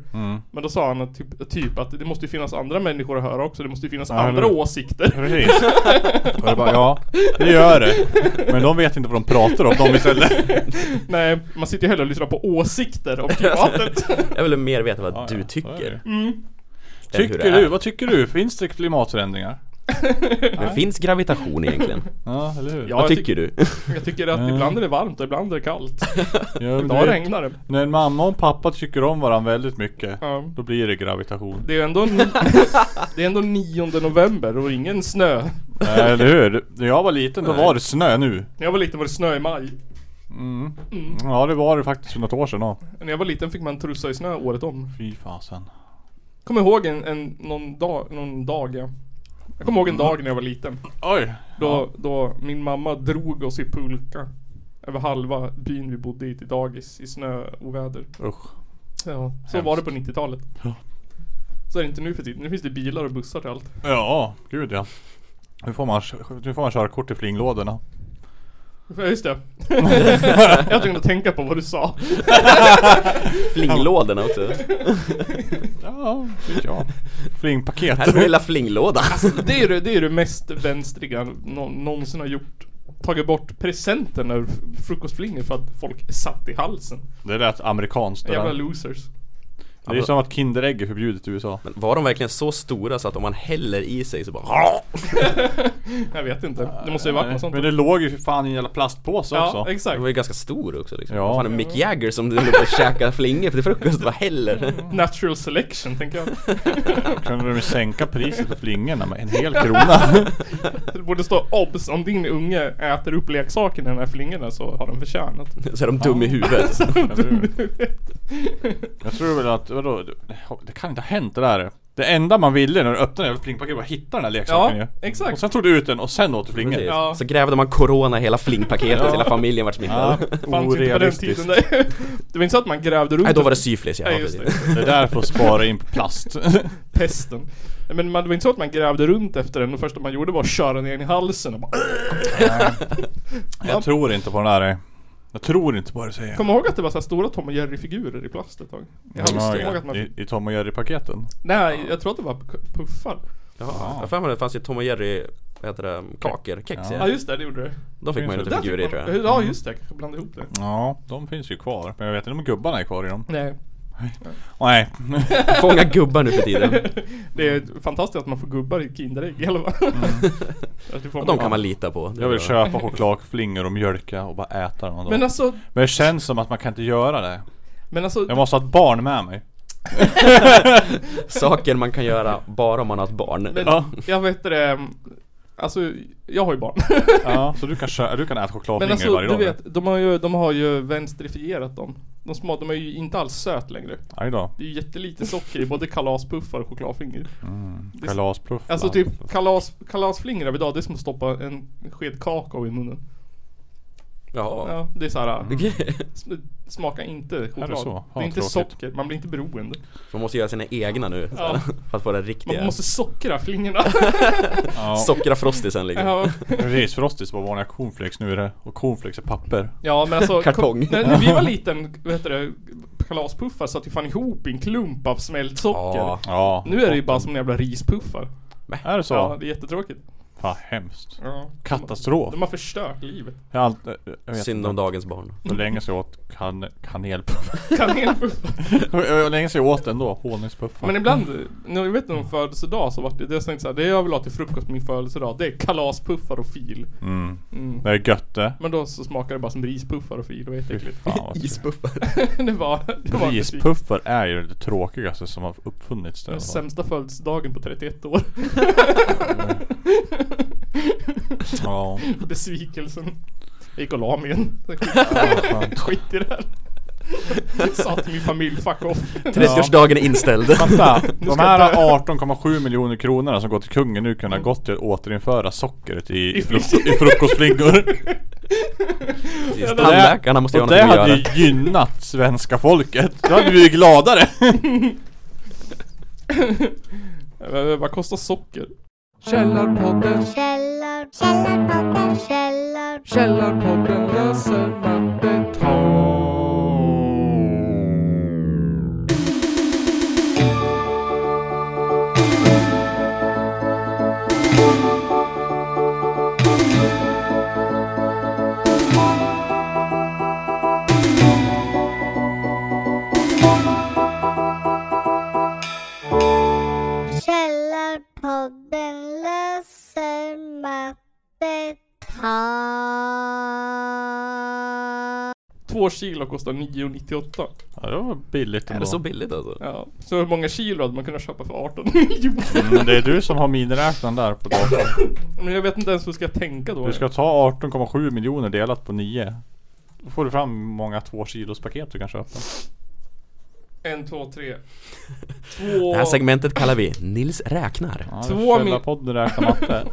[SPEAKER 1] Men då sa han att typ, typ att det måste ju finnas andra människor att höra också, det måste ju finnas andra
[SPEAKER 4] men-
[SPEAKER 1] åsikter.
[SPEAKER 4] Precis. Och det bara, ja, det gör det. Men de vet inte vad de pratar om, de istället.
[SPEAKER 1] Nej, man sitter ju hellre och lyssnar på åsikter om klimatet.
[SPEAKER 5] Jag vill mer veta vad
[SPEAKER 4] Ja,
[SPEAKER 5] du
[SPEAKER 4] ja, så är
[SPEAKER 5] tycker
[SPEAKER 4] det.
[SPEAKER 5] än hur det
[SPEAKER 4] Tycker
[SPEAKER 5] är.
[SPEAKER 4] du, vad tycker du? Finns det klimatförändringar?
[SPEAKER 5] Men finns gravitation egentligen?
[SPEAKER 4] Ja, eller hur?
[SPEAKER 1] Ja,
[SPEAKER 5] Vad
[SPEAKER 1] jag,
[SPEAKER 5] tycker
[SPEAKER 1] tycker,
[SPEAKER 5] du?
[SPEAKER 1] jag tycker att ibland är det varmt och ibland är det kallt.
[SPEAKER 4] Ja, men du
[SPEAKER 1] Idag
[SPEAKER 4] vet,
[SPEAKER 1] regnar det.
[SPEAKER 4] När en mamma och en pappa tycker om varandra väldigt mycket
[SPEAKER 1] Ja.
[SPEAKER 4] Då blir det gravitation
[SPEAKER 1] Det är ändå, ni- det är ändå 9 november och ingen snö.
[SPEAKER 4] Nej, Eller hur? När jag var liten då var det snö nu
[SPEAKER 1] När jag var liten var det snö i maj.
[SPEAKER 4] Ja det var det faktiskt för något år sedan då
[SPEAKER 1] När jag var liten fick man trussa i snö året om.
[SPEAKER 4] Fy fasen
[SPEAKER 1] Kommer ihåg en, en någon dag, någon dag ja. Jag kommer ihåg en dag när jag var liten.
[SPEAKER 4] Oj!
[SPEAKER 1] Då, då min mamma drog oss i pulka. Över halva byn vi bodde i till dagis i snö och väder.
[SPEAKER 4] Usch
[SPEAKER 1] Ja, så var det på 90-talet. Så är det inte nu för tiden. Nu finns det bilar och bussar till allt.
[SPEAKER 4] Ja, gud ja Nu får man, nu får man körkort i flinglådorna.
[SPEAKER 1] Ja just det. jag tänkte tänka på vad du sa.
[SPEAKER 5] Flinglådorna också.
[SPEAKER 4] Ja, vet jag. Flingpaket.
[SPEAKER 5] Här är min lilla flinglåda.
[SPEAKER 1] Det är ju det, det, är det mest vänstriga nå- någonsin har gjort. Tagit bort presenten ur f- frukostflingor för att folk är satt i halsen.
[SPEAKER 4] Det lät amerikanskt det
[SPEAKER 1] Jävla Alltså-
[SPEAKER 4] där.
[SPEAKER 1] losers.
[SPEAKER 4] Det är ju som att Kinderägg är förbjudet i USA.
[SPEAKER 5] Men var de verkligen så stora så att om man häller i sig så bara
[SPEAKER 1] Jag vet inte. Det måste ju varit något sånt.
[SPEAKER 4] Men det låg ju för fan i en jävla plastpåse
[SPEAKER 1] Ja,
[SPEAKER 4] också.
[SPEAKER 5] Den
[SPEAKER 1] exakt.
[SPEAKER 5] var ju ganska stor också liksom.
[SPEAKER 4] Ja.
[SPEAKER 5] Ja. Fan, en Mick Jagger som låg och käkade flingor till frukost, vad heller?
[SPEAKER 1] Natural selection tänker jag.
[SPEAKER 4] Kunde de sänka priset på flingorna med en hel krona?
[SPEAKER 1] Det borde stå obs om din unge äter upp leksaken i de här flingorna så har den förtjänat.
[SPEAKER 5] Så är de dum i huvudet.
[SPEAKER 4] Jag tror väl att, vadå, det kan inte ha hänt det där. Det enda man ville när du öppnade jävla flingpaketet var att hitta den där leksaken
[SPEAKER 1] Ja,
[SPEAKER 4] ju.
[SPEAKER 1] exakt.
[SPEAKER 4] Och sen tog du ut den och sen åt du flingor.
[SPEAKER 5] Precis.
[SPEAKER 4] Ja.
[SPEAKER 1] Ja.
[SPEAKER 5] Så grävde man corona i hela flingpaketet,
[SPEAKER 4] Ja.
[SPEAKER 5] hela familjen vart smittad.
[SPEAKER 1] Fanns inte på den tiden.
[SPEAKER 4] Orealistiskt.
[SPEAKER 1] där. Det var inte så att man grävde runt
[SPEAKER 5] Nej då var det
[SPEAKER 1] efter-
[SPEAKER 5] syfilis ja,
[SPEAKER 1] Nej, just
[SPEAKER 5] precis.
[SPEAKER 1] det.
[SPEAKER 4] Det är därför jag sparar in på plast.
[SPEAKER 1] pesten. Men man, det var inte så att man grävde runt efter den. Det första man gjorde var att köra ner den i halsen och bara
[SPEAKER 4] jag tror inte på den där. eh. Jag tror inte på det säger jag.
[SPEAKER 1] Kom ihåg att det var så här stora Tom och Jerry-figurer i plast ett tag? Jag har
[SPEAKER 4] Ja,
[SPEAKER 1] inte ihåg att man...
[SPEAKER 4] I, I Tom och Jerry-paketen?
[SPEAKER 1] Nej, jag tror att det var puffar.
[SPEAKER 5] Jaha. Jag har för mig att det fanns ju Tom och Jerry, vad heter det, kakor, kex
[SPEAKER 4] Ja.
[SPEAKER 1] Ja
[SPEAKER 5] ja.
[SPEAKER 1] just det, det gjorde det.
[SPEAKER 5] De fick man
[SPEAKER 4] Finns
[SPEAKER 5] ju lite
[SPEAKER 1] Där fick
[SPEAKER 5] figurer i
[SPEAKER 1] man-
[SPEAKER 5] tror jag. Mm.
[SPEAKER 1] Ja just det, jag kanske blandade ihop det.
[SPEAKER 4] Ja, de finns ju kvar. Men jag vet inte om gubbarna är kvar i dem.
[SPEAKER 1] Nej.
[SPEAKER 4] Nej.
[SPEAKER 1] Mm.
[SPEAKER 5] Fånga gubbar nu för tiden.
[SPEAKER 1] Det är fantastiskt att man får gubbar i Kinderägg eller vad? Att du får-
[SPEAKER 5] Mm. De kan man lita på. Det
[SPEAKER 4] Jag vill
[SPEAKER 5] var-
[SPEAKER 4] köpa chokladflingor och mjölka och bara äta dem.
[SPEAKER 1] Men
[SPEAKER 4] Men,
[SPEAKER 1] alltså,
[SPEAKER 4] men det känns som att man kan inte göra det.
[SPEAKER 1] men alltså
[SPEAKER 4] Jag måste ha ett barn med mig.
[SPEAKER 5] Saker man kan göra bara om man har ett barn.
[SPEAKER 1] Men jag vet det, mm, alltså jag har ju barn.
[SPEAKER 4] Ja, så du kan, kö- du kan äta chokladflingor
[SPEAKER 1] Men alltså
[SPEAKER 4] varje
[SPEAKER 1] du
[SPEAKER 4] dag?
[SPEAKER 1] vet, de har ju, de har ju venstrifierat dem. De små, de är ju inte alls söt längre.
[SPEAKER 4] Aj då.
[SPEAKER 1] Det är ju jättelite socker i både kalaspuffar och chokladfingrar.
[SPEAKER 4] Kalaspuff.
[SPEAKER 1] Alltså typ kalas, kalasflingrar av idag, det är som att stoppa en sked kakao i munnen.
[SPEAKER 5] Jaha.
[SPEAKER 1] Ja, det är såhär,
[SPEAKER 5] Okej.
[SPEAKER 1] smaka inte choklad.
[SPEAKER 4] Är det så?
[SPEAKER 1] Det,
[SPEAKER 4] Ja,
[SPEAKER 1] är inte
[SPEAKER 4] tråkigt.
[SPEAKER 1] socker, man blir inte beroende.
[SPEAKER 5] Man måste göra sina egna nu.
[SPEAKER 1] Ja.
[SPEAKER 5] För att få det
[SPEAKER 1] Man
[SPEAKER 5] riktiga.
[SPEAKER 1] måste sockra flingorna.
[SPEAKER 4] Ja.
[SPEAKER 5] Sockra frostisen liksom.
[SPEAKER 1] ja,
[SPEAKER 4] Risfrostis var vanliga cornflakes nu är det. Och cornflakes är papper.
[SPEAKER 1] ja men alltså.
[SPEAKER 5] Kartong.
[SPEAKER 1] När, när vi var liten, vad heter det, kalaspuffar satt ju fan ihop i en klump av smält socker.
[SPEAKER 5] Ja.
[SPEAKER 4] Ja.
[SPEAKER 1] Nu är det ju bara som jävla rispuffar.
[SPEAKER 4] Är det så?
[SPEAKER 1] Ja, det är jättetråkigt.
[SPEAKER 4] Fan hemskt.
[SPEAKER 1] Ja.
[SPEAKER 4] Katastrof.
[SPEAKER 1] De har förstört livet.
[SPEAKER 4] Jag, har allt, jag vet
[SPEAKER 5] Synd
[SPEAKER 4] inte
[SPEAKER 5] om dagens barn.
[SPEAKER 4] hur länge så jag åt kan, kanelpuffar.
[SPEAKER 1] Kanelpuffar.
[SPEAKER 4] Hur hur länge så jag åt ändå? Honungspuffar.
[SPEAKER 1] Men ibland, när jag vet någon födelsedag så vart det, det jag tänkte såhär, det jag vill ha till frukost på min födelsedag, det är kalaspuffar och fil.
[SPEAKER 4] Mm.
[SPEAKER 1] Mm.
[SPEAKER 4] Det är gött det.
[SPEAKER 1] Men då så smakar det bara som rispuffar och fil, det var
[SPEAKER 4] Fy
[SPEAKER 1] jätteäckligt.
[SPEAKER 4] Fan, vad trist.
[SPEAKER 5] Ispuffar.
[SPEAKER 1] det var, det var inte
[SPEAKER 4] Rispuffar är ju det tråkigaste som har uppfunnits. Där.
[SPEAKER 1] Den sämsta födelsedagen på 31 år.
[SPEAKER 4] Ja,
[SPEAKER 1] Besvikelsen. Jag gick och la mig igen.
[SPEAKER 4] fan.
[SPEAKER 1] Skit i det här. Sa till min familj, fuck off.
[SPEAKER 5] 30-årsdagen är inställd.
[SPEAKER 4] Fatta! De
[SPEAKER 1] ska
[SPEAKER 4] här
[SPEAKER 1] jag
[SPEAKER 4] 18,7 miljoner kronorna som går till kungen nu kunde ha gått till att återinföra sockret i, i, fruk- i frukostflingor.
[SPEAKER 5] Precis. Tandläkarna måste
[SPEAKER 4] Och
[SPEAKER 5] göra
[SPEAKER 4] det
[SPEAKER 5] någonting att
[SPEAKER 4] hade
[SPEAKER 5] göra.
[SPEAKER 4] ju gynnat svenska folket. Då hade vi blivit gladare.
[SPEAKER 1] Eh, Vad kostar socker?
[SPEAKER 7] Källarpodden,
[SPEAKER 9] Källar, källarpodden, källar,
[SPEAKER 7] Källarpodden löser mattetal.
[SPEAKER 9] källarpodden löser mattetal.
[SPEAKER 1] Två kilo kostar 9,98.
[SPEAKER 4] Ja, det var billigt
[SPEAKER 5] Är
[SPEAKER 4] ändå.
[SPEAKER 5] det så billigt alltså?
[SPEAKER 1] Ja. Så hur många kilo hade man kunnat köpa för 18 miljoner?
[SPEAKER 4] Mm, det är du som har miniräknaren där på datorn.
[SPEAKER 1] Men jag vet inte ens hur ska jag tänka då.
[SPEAKER 4] Du ska ta 18,7 miljoner delat på 9. Då får du fram hur många två kilos paket du kan köpa.
[SPEAKER 1] En, två, tre. Två...
[SPEAKER 5] Det här segmentet kallar vi Nils räknar.
[SPEAKER 4] Ja,
[SPEAKER 1] Två mil-
[SPEAKER 4] Källarpodden räknar matte.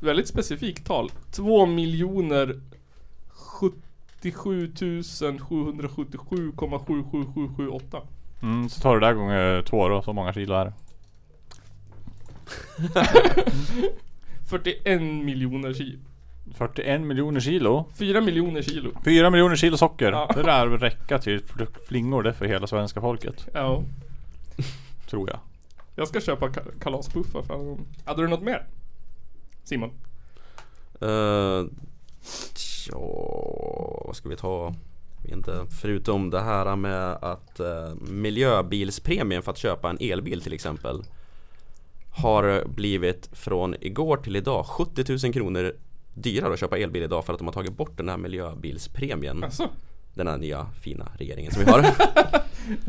[SPEAKER 1] Väldigt specifikt tal. 2 miljoner 77 777,77778.
[SPEAKER 4] Mm, så tar du det där gånger två då, så många kilo är det.
[SPEAKER 1] 41 miljoner kilo.
[SPEAKER 4] 41 miljoner kilo.
[SPEAKER 1] 4 miljoner kilo.
[SPEAKER 4] 4 miljoner kilo socker.
[SPEAKER 1] Ja.
[SPEAKER 4] Det där räcker till fl- flingor det för hela svenska folket.
[SPEAKER 1] Ja.
[SPEAKER 4] Tror jag.
[SPEAKER 1] Jag ska köpa ka- kalaspuffar för honom. Hade du något mer? Simon?
[SPEAKER 5] Uh, ja, vad ska vi ta? Jag vet inte. Förutom det här med att eh, miljöbilspremien för att köpa en elbil till exempel har blivit från igår till idag 70 000 kronor dyrare att köpa elbil idag för att de har tagit bort den här miljöbilspremien.
[SPEAKER 1] Alltså,
[SPEAKER 5] Den här nya fina regeringen som vi har.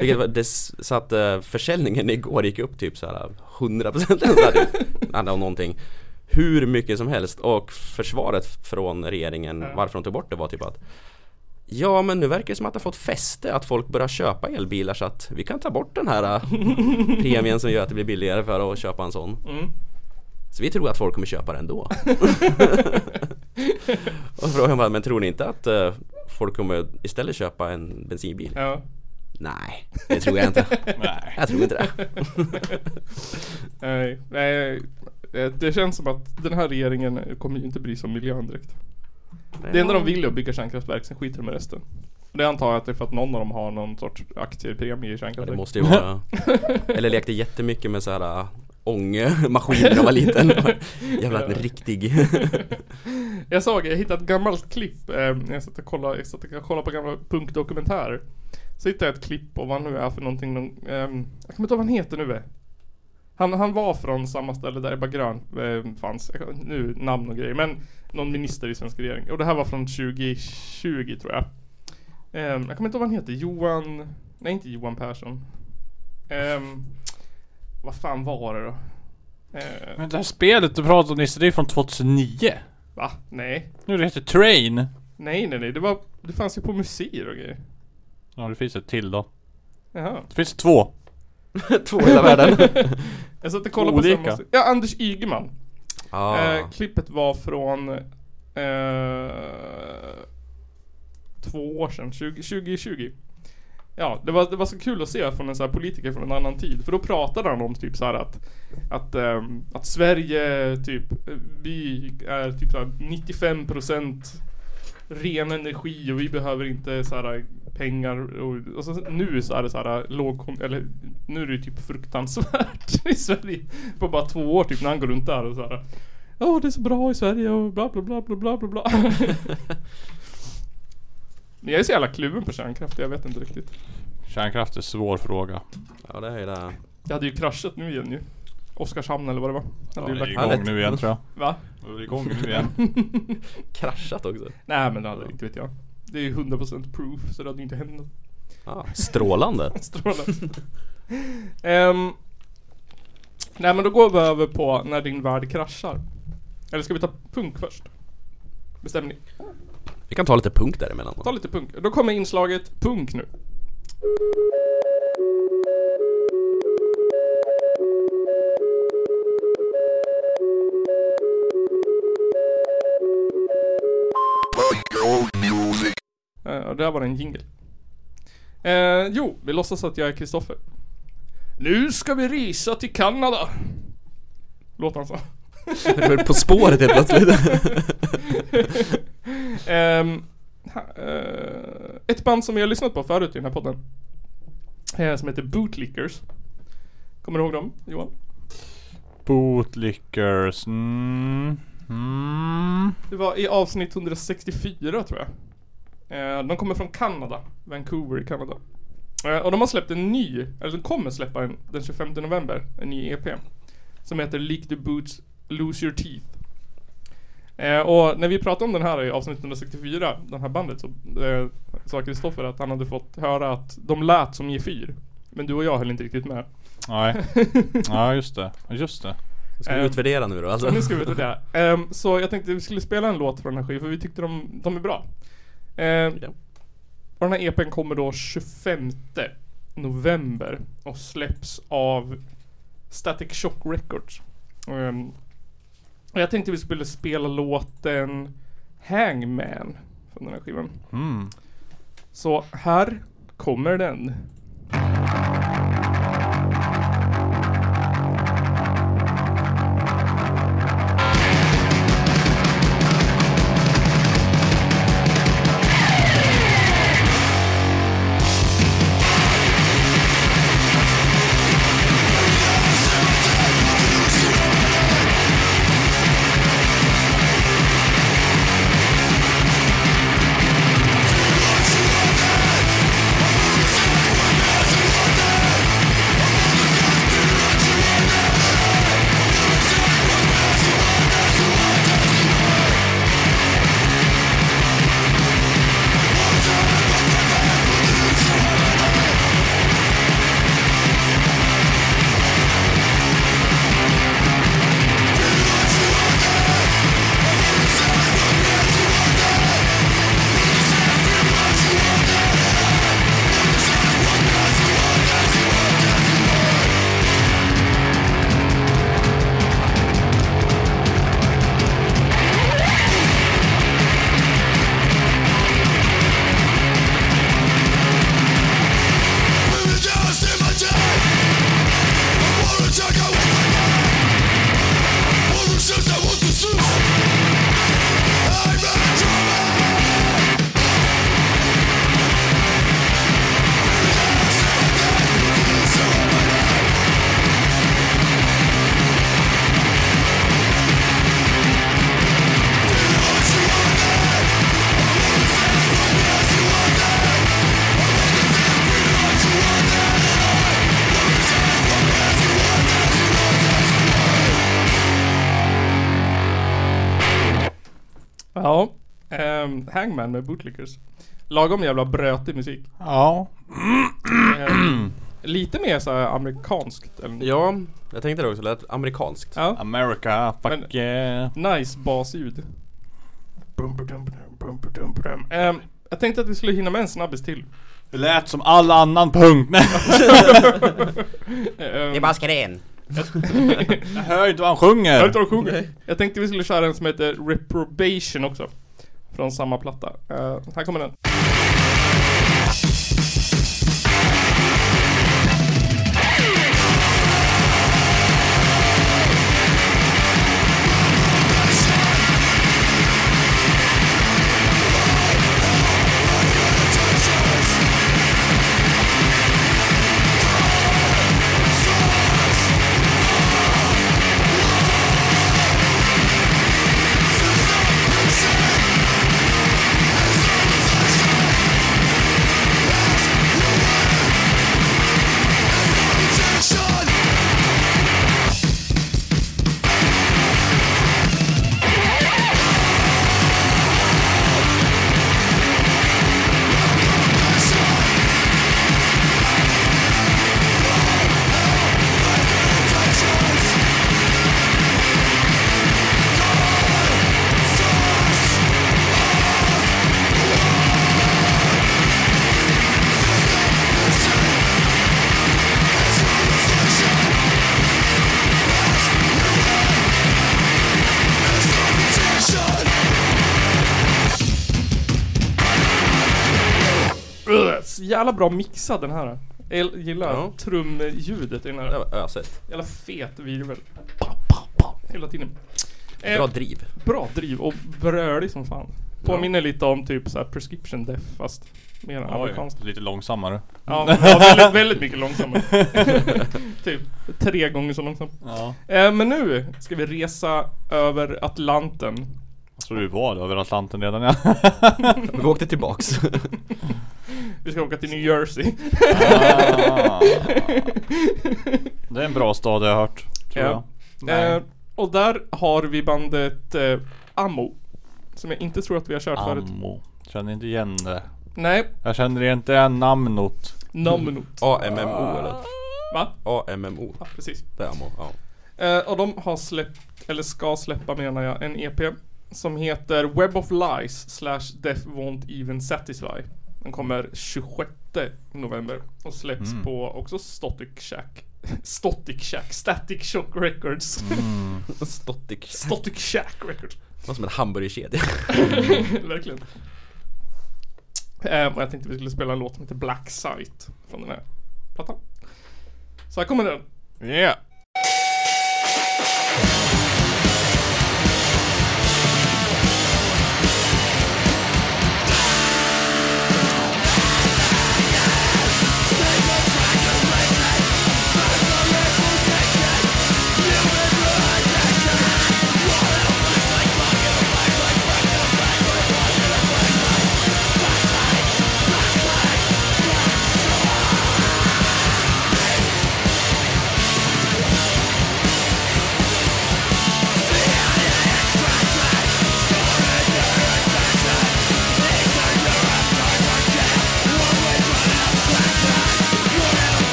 [SPEAKER 5] Vilket var, det, s- så att eh, försäljningen igår gick upp typ så här 100% eller vad det är. Eller någonting. Hur mycket som helst och försvaret från regeringen varför de tog bort det var typ att Ja men nu verkar det som att det har fått fäste att folk börjar köpa elbilar så att vi kan ta bort den här eh, premien som gör att det blir billigare för att köpa en sån. Så vi tror att folk kommer köpa den ändå. och frågan var, men tror ni inte att eh, folk kommer istället köpa en bensinbil?
[SPEAKER 1] ja.
[SPEAKER 5] Nej, det tror jag inte.
[SPEAKER 4] Nej.
[SPEAKER 5] Jag tror inte det.
[SPEAKER 1] Nej, nej. eh, Det känns som att den här regeringen kommer ju inte bry sig om miljön direkt. Det enda de vill är att bygga kärnkraftverk, sen skiter de i resten. Och Det antar jag att det är för att någon av dem har någon sorts aktiepremie i
[SPEAKER 5] Ja, Det
[SPEAKER 1] kärnkraftverk.
[SPEAKER 5] måste ju vara. Eller lekte jättemycket med såhär ångmaskiner när jag var liten. Jävla en riktig.
[SPEAKER 1] Jag såg, jag hittade ett gammalt klipp. Eh, när jag satt och kollade, jag satt och kollade på gamla punkdokumentärer. Så hittade jag ett klipp och vad nu är för någonting. Någon, ehm, jag kommer inte ihåg vad han heter nu. eh. Han, han var från samma ställe där Ebba Grön eh, fanns. Jag kan- Nu namn och grejer. Men någon minister i svenska regeringen. Och det här var från 2020 tror jag. Ehm, jag kommer inte ihåg vad han heter. Johan... Nej inte Johan Persson. Ehm, vad fan var det då? Eh,
[SPEAKER 4] Men det här spelet du pratade om nyss, det är från 2009.
[SPEAKER 1] va? Nej.
[SPEAKER 4] Nu det heter Train.
[SPEAKER 1] Nej nej nej. Det, var, det fanns ju på museer och grejer.
[SPEAKER 4] Ja det finns ett till då.
[SPEAKER 1] Jaha.
[SPEAKER 4] Det finns två.
[SPEAKER 5] Två i hela världen.
[SPEAKER 1] Jag satt och kollade på
[SPEAKER 4] Olika.
[SPEAKER 1] samma... Ja, Anders Ygeman.
[SPEAKER 5] Ja,
[SPEAKER 1] Eh, klippet var från... Eh, två år sedan, 20, 2020. Ja, det var, det var så kul att se från en så här politiker från en annan tid. För då pratade han om typ så här att... Att, ehm, att Sverige typ... eh, Vi är typ så här 95% ren energi och vi behöver inte så här pengar och, och så, nu så är det så här låg eller nu är det ju typ fruktansvärt i Sverige på bara två år typ när han går runt där och så här Ja det är så bra i Sverige och bla bla bla bla bla bla bla Men jag är så jävla kluven på kärnkraft jag vet inte riktigt
[SPEAKER 4] Kärnkraft är en svår fråga.
[SPEAKER 5] ja det är det.
[SPEAKER 1] Det hade ju kraschat nu igen ju Oskarshamn eller vad det var
[SPEAKER 4] Ja,
[SPEAKER 1] hade
[SPEAKER 4] det
[SPEAKER 1] ju
[SPEAKER 4] är
[SPEAKER 1] lagt...
[SPEAKER 4] igång nu igen tror jag.
[SPEAKER 1] Va?
[SPEAKER 4] Det är igång nu igen.
[SPEAKER 5] Kraschat också.
[SPEAKER 1] Nej men det hade inte vet jag Det är ju 100% proof så det hade ju inte hänt något
[SPEAKER 5] Ja, strålande.
[SPEAKER 1] Strålande. Ehm, nej men då går vi över på när din värld kraschar. Eller ska vi ta punk först? Bestämmer ni?
[SPEAKER 5] Vi kan ta lite punkt däremellan.
[SPEAKER 1] Ta lite punk. Då kommer inslaget punk nu. Eh, Och där var det en jingle. Eh, jo, vi låtsas att jag är Kristoffer. Nu ska vi resa till Kanada. Låter han så.
[SPEAKER 5] På spåret helt plötsligt.
[SPEAKER 1] Ehm, ha- eh, ett band som vi har lyssnat på förut i den här podden. eh, som heter Bootlickers. Kommer du ihåg dem Johan?
[SPEAKER 4] Bootlickers. Mm. Mm.
[SPEAKER 1] Det var i avsnitt 164 tror jag. Eh, de kommer från Kanada. Vancouver i Kanada. Eh, och de har släppt en ny, eller de kommer släppa en den 25 november, en ny EP. Som heter Leak the Boots, Lose Your Teeth. Eh, och när vi pratade om den här i avsnitt 164, den här bandet, så eh, sa Kristoffer att han hade fått höra att de lät som G4. Men du och jag höll inte riktigt med.
[SPEAKER 4] Nej. Ja just det. Just det.
[SPEAKER 5] Ska vi utvärdera nu då alltså?
[SPEAKER 1] Eh. Nu ska vi till det. Ehm, så jag tänkte vi skulle spela en låt från den här skivan för vi tyckte de, de är bra. Ehm,
[SPEAKER 5] Ja.
[SPEAKER 1] Och den här EPn kommer då 25 november och släpps av Static Shock Records. Ehm, och jag tänkte vi skulle spela låten Hangman från den här skivan.
[SPEAKER 4] Mm.
[SPEAKER 1] Så här kommer den.
[SPEAKER 3] Hangman,
[SPEAKER 1] Ja, ehm, Hangman med Bootlickers. Lagom jävla brötig musik.
[SPEAKER 4] Ja.
[SPEAKER 1] Ehm, lite mer så här amerikanskt. Eller
[SPEAKER 5] Ja, jag tänkte det också, lät amerikanskt.
[SPEAKER 1] ja.
[SPEAKER 4] America, fuck
[SPEAKER 1] Men-
[SPEAKER 4] yeah.
[SPEAKER 1] Nice basljud. Bum, bum, bum, bum, bum, bum, bum. Ehm, jag tänkte att vi skulle hinna med en snabbis till.
[SPEAKER 4] Det lät som all annan punkt. Nej,
[SPEAKER 1] Ehm,
[SPEAKER 5] Det är bara skrän.
[SPEAKER 4] jag hör inte
[SPEAKER 1] jag,
[SPEAKER 4] vad han sjunger.
[SPEAKER 1] vet inte vad de sjunger. jag tänkte vi skulle köra en som heter Reprobation också. Från samma platta. Ehm, här kommer den. Ugh, Så jävla bra mixad den här. Jag gillar
[SPEAKER 5] Ja.
[SPEAKER 1] trumljudet i den
[SPEAKER 5] Det
[SPEAKER 1] här.
[SPEAKER 5] var öset.
[SPEAKER 1] Jävla fet virvel. Hela tiden. Eh, bra.
[SPEAKER 5] Bra driv.
[SPEAKER 1] driv och brölig som fan. Påminner lite om typ så här prescription death fast mer amerikanskt.
[SPEAKER 4] Lite långsammare.
[SPEAKER 1] Ja, men ja väldigt, väldigt mycket långsammare. typ tre gånger så långsamt.
[SPEAKER 4] Ja.
[SPEAKER 1] Eh, men nu ska vi resa över Atlanten.
[SPEAKER 4] Jag tror du var över Atlanten redan ja.
[SPEAKER 1] Ah.
[SPEAKER 5] Vi åkte tillbaks.
[SPEAKER 1] Vi ska åka till New Jersey.
[SPEAKER 4] Det är en bra stad har jag hört. Tror
[SPEAKER 1] Ja.
[SPEAKER 4] jag. Nej.
[SPEAKER 1] Eh, och där har vi bandet eh, Ammo. Som jag inte tror att vi har kört förut.
[SPEAKER 4] Ammo. Känner inte igen det.
[SPEAKER 1] Nej,
[SPEAKER 4] Jag känner inte igen namnot.
[SPEAKER 1] Namnot.
[SPEAKER 5] AMMO eller?
[SPEAKER 1] Va?
[SPEAKER 5] AMMO.
[SPEAKER 1] Ja, precis.
[SPEAKER 5] Det är AMO, ja.
[SPEAKER 1] Eh, och de har släppt, eller ska släppa menar jag, en EP. Som heter Web of Lies slash Death Won't Even Satisfy. Den kommer 26 november och släpps på också Static Shack. Static Shack, Static Shock Records.
[SPEAKER 5] Stottik. Det
[SPEAKER 1] Static Shack Records.
[SPEAKER 5] var som en hamburgerkedja.
[SPEAKER 1] Verkligen. Eh, och jag tänkte vi skulle spela en låt som heter Black Sight från den här plattan. Så här kommer den.
[SPEAKER 4] Yeah.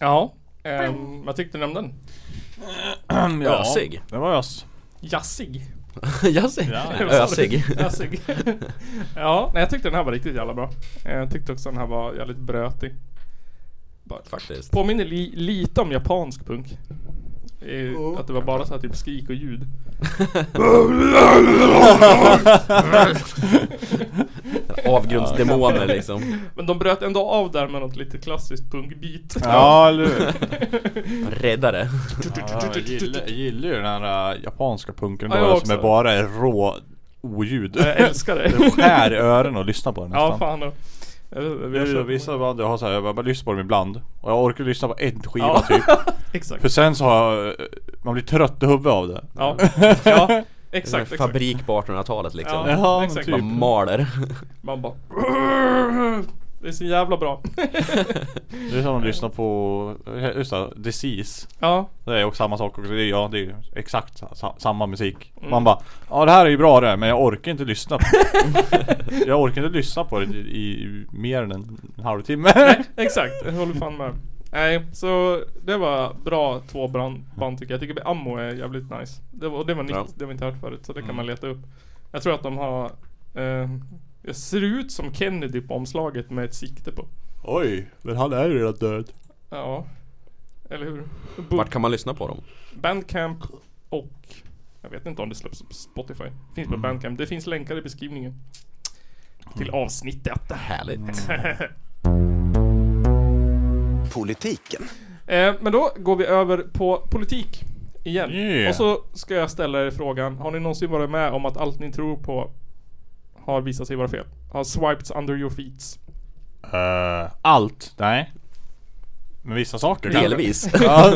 [SPEAKER 1] Ja. ehm, vad tyckte ni om den?
[SPEAKER 4] Ja.
[SPEAKER 5] Ösig.
[SPEAKER 4] Det var ös.
[SPEAKER 1] Jassig.
[SPEAKER 5] Jassig?
[SPEAKER 1] Ja,
[SPEAKER 5] Ösig?
[SPEAKER 1] Ösig. ja, nej jag tyckte den här var riktigt jävla bra. Eh, Jag tyckte också den här var jävligt brötig. Bara-
[SPEAKER 5] Faktiskt.
[SPEAKER 1] Påminner li, lite om japansk punk. Eh, Att det var bara så här typ skrik och ljud.
[SPEAKER 5] Avgrundsdemoner liksom.
[SPEAKER 1] Men de bröt ändå av där med något lite klassiskt punkbeat.
[SPEAKER 4] Ja, eller hur?
[SPEAKER 5] Räddare.
[SPEAKER 4] Ja, jag gillar, jag gillar ju den här äh, japanska punken
[SPEAKER 1] Ja, jag
[SPEAKER 4] bara,
[SPEAKER 1] också.
[SPEAKER 4] som är bara är rå oljud.
[SPEAKER 1] Jag älskar det.
[SPEAKER 4] Den skär i öronen och lyssnar på den
[SPEAKER 1] Ja
[SPEAKER 4] nästan.
[SPEAKER 1] fan. då. Jag vet inte, vi har
[SPEAKER 4] Det är ju
[SPEAKER 1] kört-
[SPEAKER 4] Vissa band jag har så här, jag bara, bara lyssnar på dem ibland Och jag orkar lyssna på en skiva
[SPEAKER 1] Ja.
[SPEAKER 4] typ För
[SPEAKER 1] Exakt.
[SPEAKER 4] sen så har jag, Man blir trött i huvudet av det
[SPEAKER 1] Ja. ja. Exakt, exakt.
[SPEAKER 5] Fabrik på 1800-talet liksom.
[SPEAKER 1] Ja.
[SPEAKER 4] Ja,
[SPEAKER 1] exakt.
[SPEAKER 4] typ.
[SPEAKER 5] Bara maler.
[SPEAKER 1] Man bara Det är så jävla bra.
[SPEAKER 4] Det är som
[SPEAKER 1] Mm.
[SPEAKER 4] att lyssna på Just det, Disease
[SPEAKER 1] Ja,
[SPEAKER 4] Det är också samma sak också, det är, ja det är ju exakt sa- sa, samma musik
[SPEAKER 1] Mm.
[SPEAKER 4] Man bara Ja det här är ju bra det men jag orkar inte lyssna på det Jag orkar inte lyssna på det i, i mer än en halvtimme
[SPEAKER 1] exakt. Jag håller fan med. Nej, så det var bra två brand, band tycker jag. Jag tycker Ammo är jävligt nice. Det var, och det var nytt,
[SPEAKER 5] Ja. Mm.
[SPEAKER 1] det har vi inte hört förut. Så det kan man leta upp. Jag tror att de har... Eh, det ser ut som Kennedy på omslaget med ett sikte på.
[SPEAKER 4] Oj, men han är ju redan död
[SPEAKER 1] Ja. Eller hur? Bo-
[SPEAKER 5] Vart kan man lyssna på dem?
[SPEAKER 1] Bandcamp och... Jag vet inte om det släpps på Spotify. Finns
[SPEAKER 5] Mm.
[SPEAKER 1] på Bandcamp. Det finns länkar i beskrivningen. Till avsnittet.
[SPEAKER 5] Mm. Härligt.
[SPEAKER 1] Mm.
[SPEAKER 11] Politiken.
[SPEAKER 1] Eh, men då går vi över på politik igen.
[SPEAKER 4] Yeah.
[SPEAKER 1] Och så ska jag ställa er frågan, har ni någonsin varit med om att allt ni tror på har visat sig vara fel? Har swiped under your feet?
[SPEAKER 4] Eh, Allt? Nej Men vissa saker kanske?
[SPEAKER 5] Delvis.
[SPEAKER 4] Ja.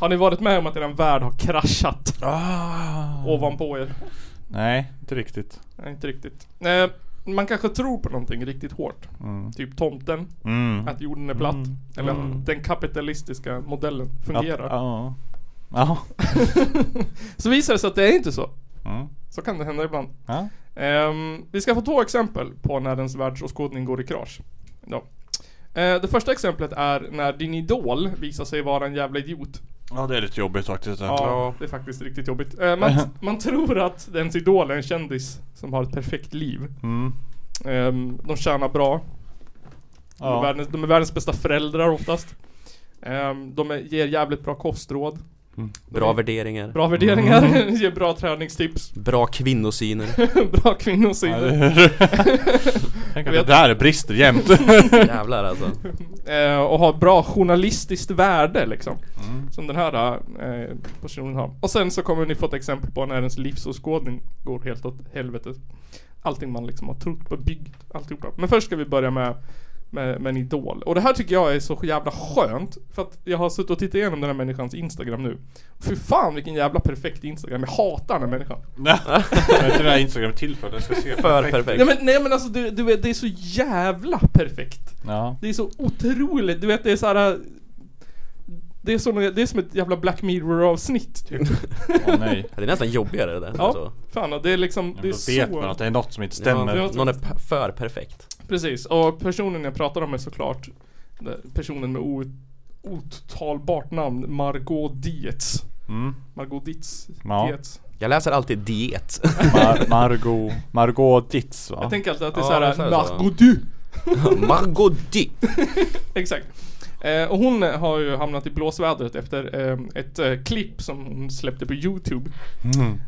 [SPEAKER 1] Har ni varit med om att eran värld har kraschat ovanpå er?
[SPEAKER 4] Ah. Nej, inte riktigt
[SPEAKER 1] Nej, inte riktigt. Eh, man kanske tror på någonting riktigt hårt. Typ tomten,
[SPEAKER 4] Mm.
[SPEAKER 1] att jorden är platt. Eller att den kapitalistiska modellen fungerar.
[SPEAKER 4] Ja. Ja.
[SPEAKER 1] Så visar det sig att det är inte så.
[SPEAKER 4] Mm.
[SPEAKER 1] Så kan det hända ibland.
[SPEAKER 4] Ja.
[SPEAKER 1] Ehm, vi ska få två exempel på när ens världsåskådning går i krasch. Ja. Eh, det första exemplet är när din idol visar sig vara en jävla idiot.
[SPEAKER 4] ja, det är lite jobbigt faktiskt.
[SPEAKER 1] Ja, det är faktiskt riktigt jobbigt. Eh, man, man tror att ens idol är en kändis som har ett perfekt liv.
[SPEAKER 4] Mm.
[SPEAKER 1] Ehm, de tjänar bra. De,
[SPEAKER 4] Ja.
[SPEAKER 1] är världens, de är världens bästa föräldrar oftast. Ehm, de är, ger jävligt bra kostråd.
[SPEAKER 5] Bra värderingar.
[SPEAKER 1] Bra värderingar,
[SPEAKER 4] Mm.
[SPEAKER 1] ger bra träningstips.
[SPEAKER 5] Bra kvinnosyner.
[SPEAKER 1] bra kvinnosyn.
[SPEAKER 4] Tänk att det där brister jämt.
[SPEAKER 5] Jävlar alltså.
[SPEAKER 1] Eh, och har bra journalistiskt värde liksom. Som den här eh, personen har. Och sen så kommer ni få ett exempel på när ens livsåskådning går helt åt helvete. Allting man liksom har trott på, byggt, alltihopa. Men först ska vi börja med, med, med en idol. Och det här tycker jag är så jävla skönt. För att jag har suttit och tittat igenom den här människans Instagram nu. Fy fan vilken jävla perfekt Instagram. Jag hatar den här människan.
[SPEAKER 4] Nej. Jag är inte det här Instagram till för. Den ska se
[SPEAKER 5] För
[SPEAKER 4] perfekt.
[SPEAKER 5] perfekt.
[SPEAKER 1] Nej men, nej, men alltså du, du vet, det är så jävla perfekt.
[SPEAKER 4] Ja.
[SPEAKER 1] Det är så otroligt, du vet det är så här. Det är, som, det är som ett jävla Black Mirror avsnitt typ.
[SPEAKER 4] Åh, nej.
[SPEAKER 5] Det är nästan jobbigare det där.
[SPEAKER 1] Ja,
[SPEAKER 5] Alltså.
[SPEAKER 1] fan och det är liksom,
[SPEAKER 4] Men
[SPEAKER 1] det är
[SPEAKER 4] Då vet man att
[SPEAKER 1] så
[SPEAKER 4] det är något som inte
[SPEAKER 5] Ja,
[SPEAKER 4] stämmer.
[SPEAKER 5] någon är pe- för perfekt.
[SPEAKER 1] Precis, och personen jag pratar om är såklart den- Personen med out, otalbart namn Margot Dietz
[SPEAKER 4] Mm.
[SPEAKER 1] Margot Dietz,
[SPEAKER 4] Ja.
[SPEAKER 1] Dietz.
[SPEAKER 5] Jag läser alltid diet.
[SPEAKER 4] Mar- Margot Margot Ditz va?
[SPEAKER 1] Jag tänker alltid att det är
[SPEAKER 5] Ja, det är
[SPEAKER 1] såhär
[SPEAKER 5] så här, så.
[SPEAKER 1] Margot du
[SPEAKER 5] Margot Dick.
[SPEAKER 1] Exakt eh, Och hon har ju hamnat i blåsvädret efter eh, ett eh, klipp som hon släppte på youtube
[SPEAKER 4] Mm.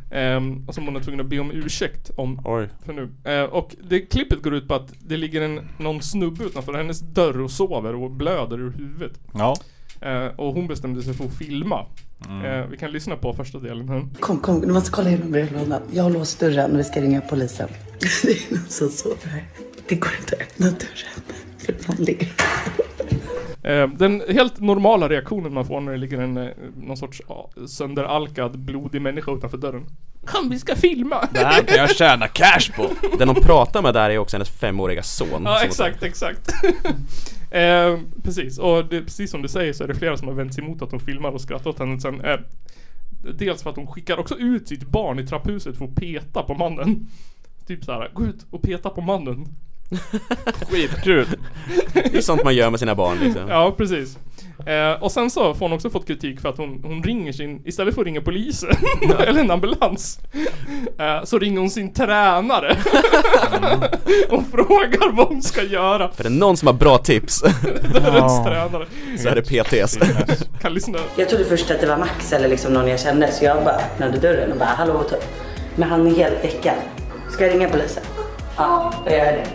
[SPEAKER 1] eh, Och som hon är tvungen att be om ursäkt om
[SPEAKER 4] Oj.
[SPEAKER 1] för nu. Eh, och det klippet går ut på att det ligger en, någon snubbe utanför hennes dörr och sover och blöder ur huvudet.
[SPEAKER 4] Ja.
[SPEAKER 1] Eh, och hon bestämde sig för att filma. Eh, vi kan lyssna på första delen här.
[SPEAKER 7] Kom, kom, du måste kolla genom brevlådan. Jag har låst dörren, vi ska ringa polisen. Det är någon som sover här. Det går inte att öppna dörren, för någon ligger
[SPEAKER 1] Eh, den helt normala reaktionen man får när det ligger en eh, någon sorts ja, sönderalkad blodig människa utanför dörren. Kom vi ska filma!
[SPEAKER 4] Det här kan jag tjäna cash på.
[SPEAKER 5] Den hon pratar med där är också hennes femåriga son.
[SPEAKER 1] Ja
[SPEAKER 5] Som-
[SPEAKER 1] exakt, exakt. eh, precis, och det, precis som du säger så är det flera som har vänt sig emot att hon filmar och skrattar åt henne sen. Eh, dels för att hon skickar också ut sitt barn i trapphuset för att peta på mannen. Typ såhär, gå ut och peta på mannen.
[SPEAKER 4] Skitkul.
[SPEAKER 5] Det är sånt man gör med sina barn liksom.
[SPEAKER 1] Ja precis. Eh, och sen så får hon också fått kritik för att hon, hon ringer sin, istället för att ringa polisen eller en ambulans, eh, så ringer hon sin tränare och frågar vad hon ska göra.
[SPEAKER 5] För det är någon som har bra tips
[SPEAKER 1] Dörrens tränare.
[SPEAKER 5] så är det PTS.
[SPEAKER 1] Kan lyssna.
[SPEAKER 7] Jag trodde först att det var Max eller liksom någon jag kände så jag bara öppnade dörren och bara hallå typ. Men han är helt däckad. Ska jag ringa polisen? Ja, jag gör det.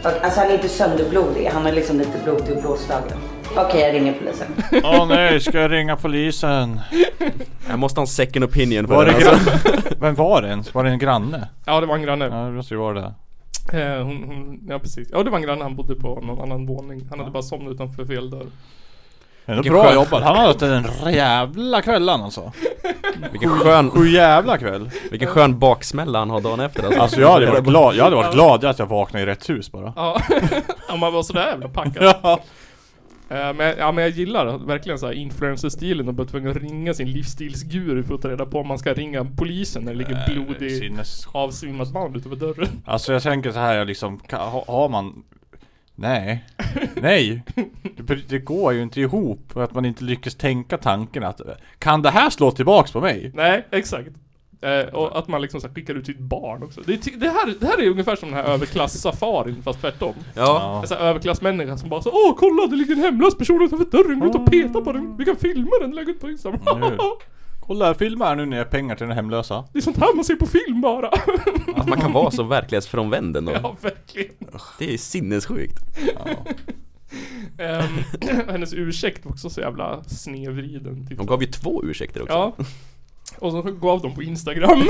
[SPEAKER 7] Och, alltså han är inte sönderblodig, han är liksom lite blodig och blåslagen. Okej, jag ringer polisen.
[SPEAKER 4] Åh nej, ska jag ringa polisen?
[SPEAKER 5] Jag måste ha en second opinion för
[SPEAKER 4] Var
[SPEAKER 5] det
[SPEAKER 4] det
[SPEAKER 5] alltså.
[SPEAKER 4] grann... Vem var det ens? Var det en granne?
[SPEAKER 1] Ja, det var en granne.
[SPEAKER 4] Ja det måste ju vara det.
[SPEAKER 1] Eh, hon, hon, ja precis. Ja, det var en granne, han bodde på någon annan våning. Han hade bara somnat utanför fel dörr.
[SPEAKER 4] Ändå
[SPEAKER 5] Vilken
[SPEAKER 4] bra
[SPEAKER 5] skön-
[SPEAKER 4] jobbat. Han har haft en jävla kväll han alltså.
[SPEAKER 5] Vilken skön,
[SPEAKER 4] Sju jävla kväll.
[SPEAKER 5] vilken skön baksmälla han har dagen efter alltså.
[SPEAKER 4] Alltså jag hade varit glad, jag hade varit glad att jag vaknade i rätt hus bara.
[SPEAKER 1] Ja, om man var sådär jävla packad.
[SPEAKER 4] Ja.
[SPEAKER 1] Eh, Men, ja, men jag gillar verkligen så här influencer-stilen och bara tvungen att ringa sin livsstilsguru för att ta reda på om man ska ringa polisen när det ligger blodig
[SPEAKER 4] Sinnes...
[SPEAKER 1] avsvimmat man utanför dörren.
[SPEAKER 4] Alltså jag tänker så här, jag liksom, ka- ha- har man... Nej. Nej. Det, br- det går ju inte ihop att man inte lyckas tänka tanken att kan det här slå tillbaks på mig?
[SPEAKER 1] Nej, exakt. Eh, och att man liksom så här skickar ut sitt barn också. Det, är ty- det, här, det här är ungefär som den här överklass-safarin fast tvärtom.
[SPEAKER 5] Ja,
[SPEAKER 1] En sån här överklassmänniska Alltså, som bara så Åh kolla det ligger en hemlös person utanför dörren, gå ut och peta på den. Vi kan filma den, lägga ut på Instagram.
[SPEAKER 4] Mm. Kolla, filma här nu när jag har pengar till den hemlösa.
[SPEAKER 1] Det är sånt här man ser på film bara.
[SPEAKER 5] att man kan vara så verklighetsfrånvänd ändå.
[SPEAKER 1] ja, verkligen.
[SPEAKER 5] Det är sinnessjukt.
[SPEAKER 1] Ehm, hennes ursäkt var också så jävla snedvriden. Typ.
[SPEAKER 5] De gav ju två ursäkter också.
[SPEAKER 1] Ja. Och så gav de på Instagram.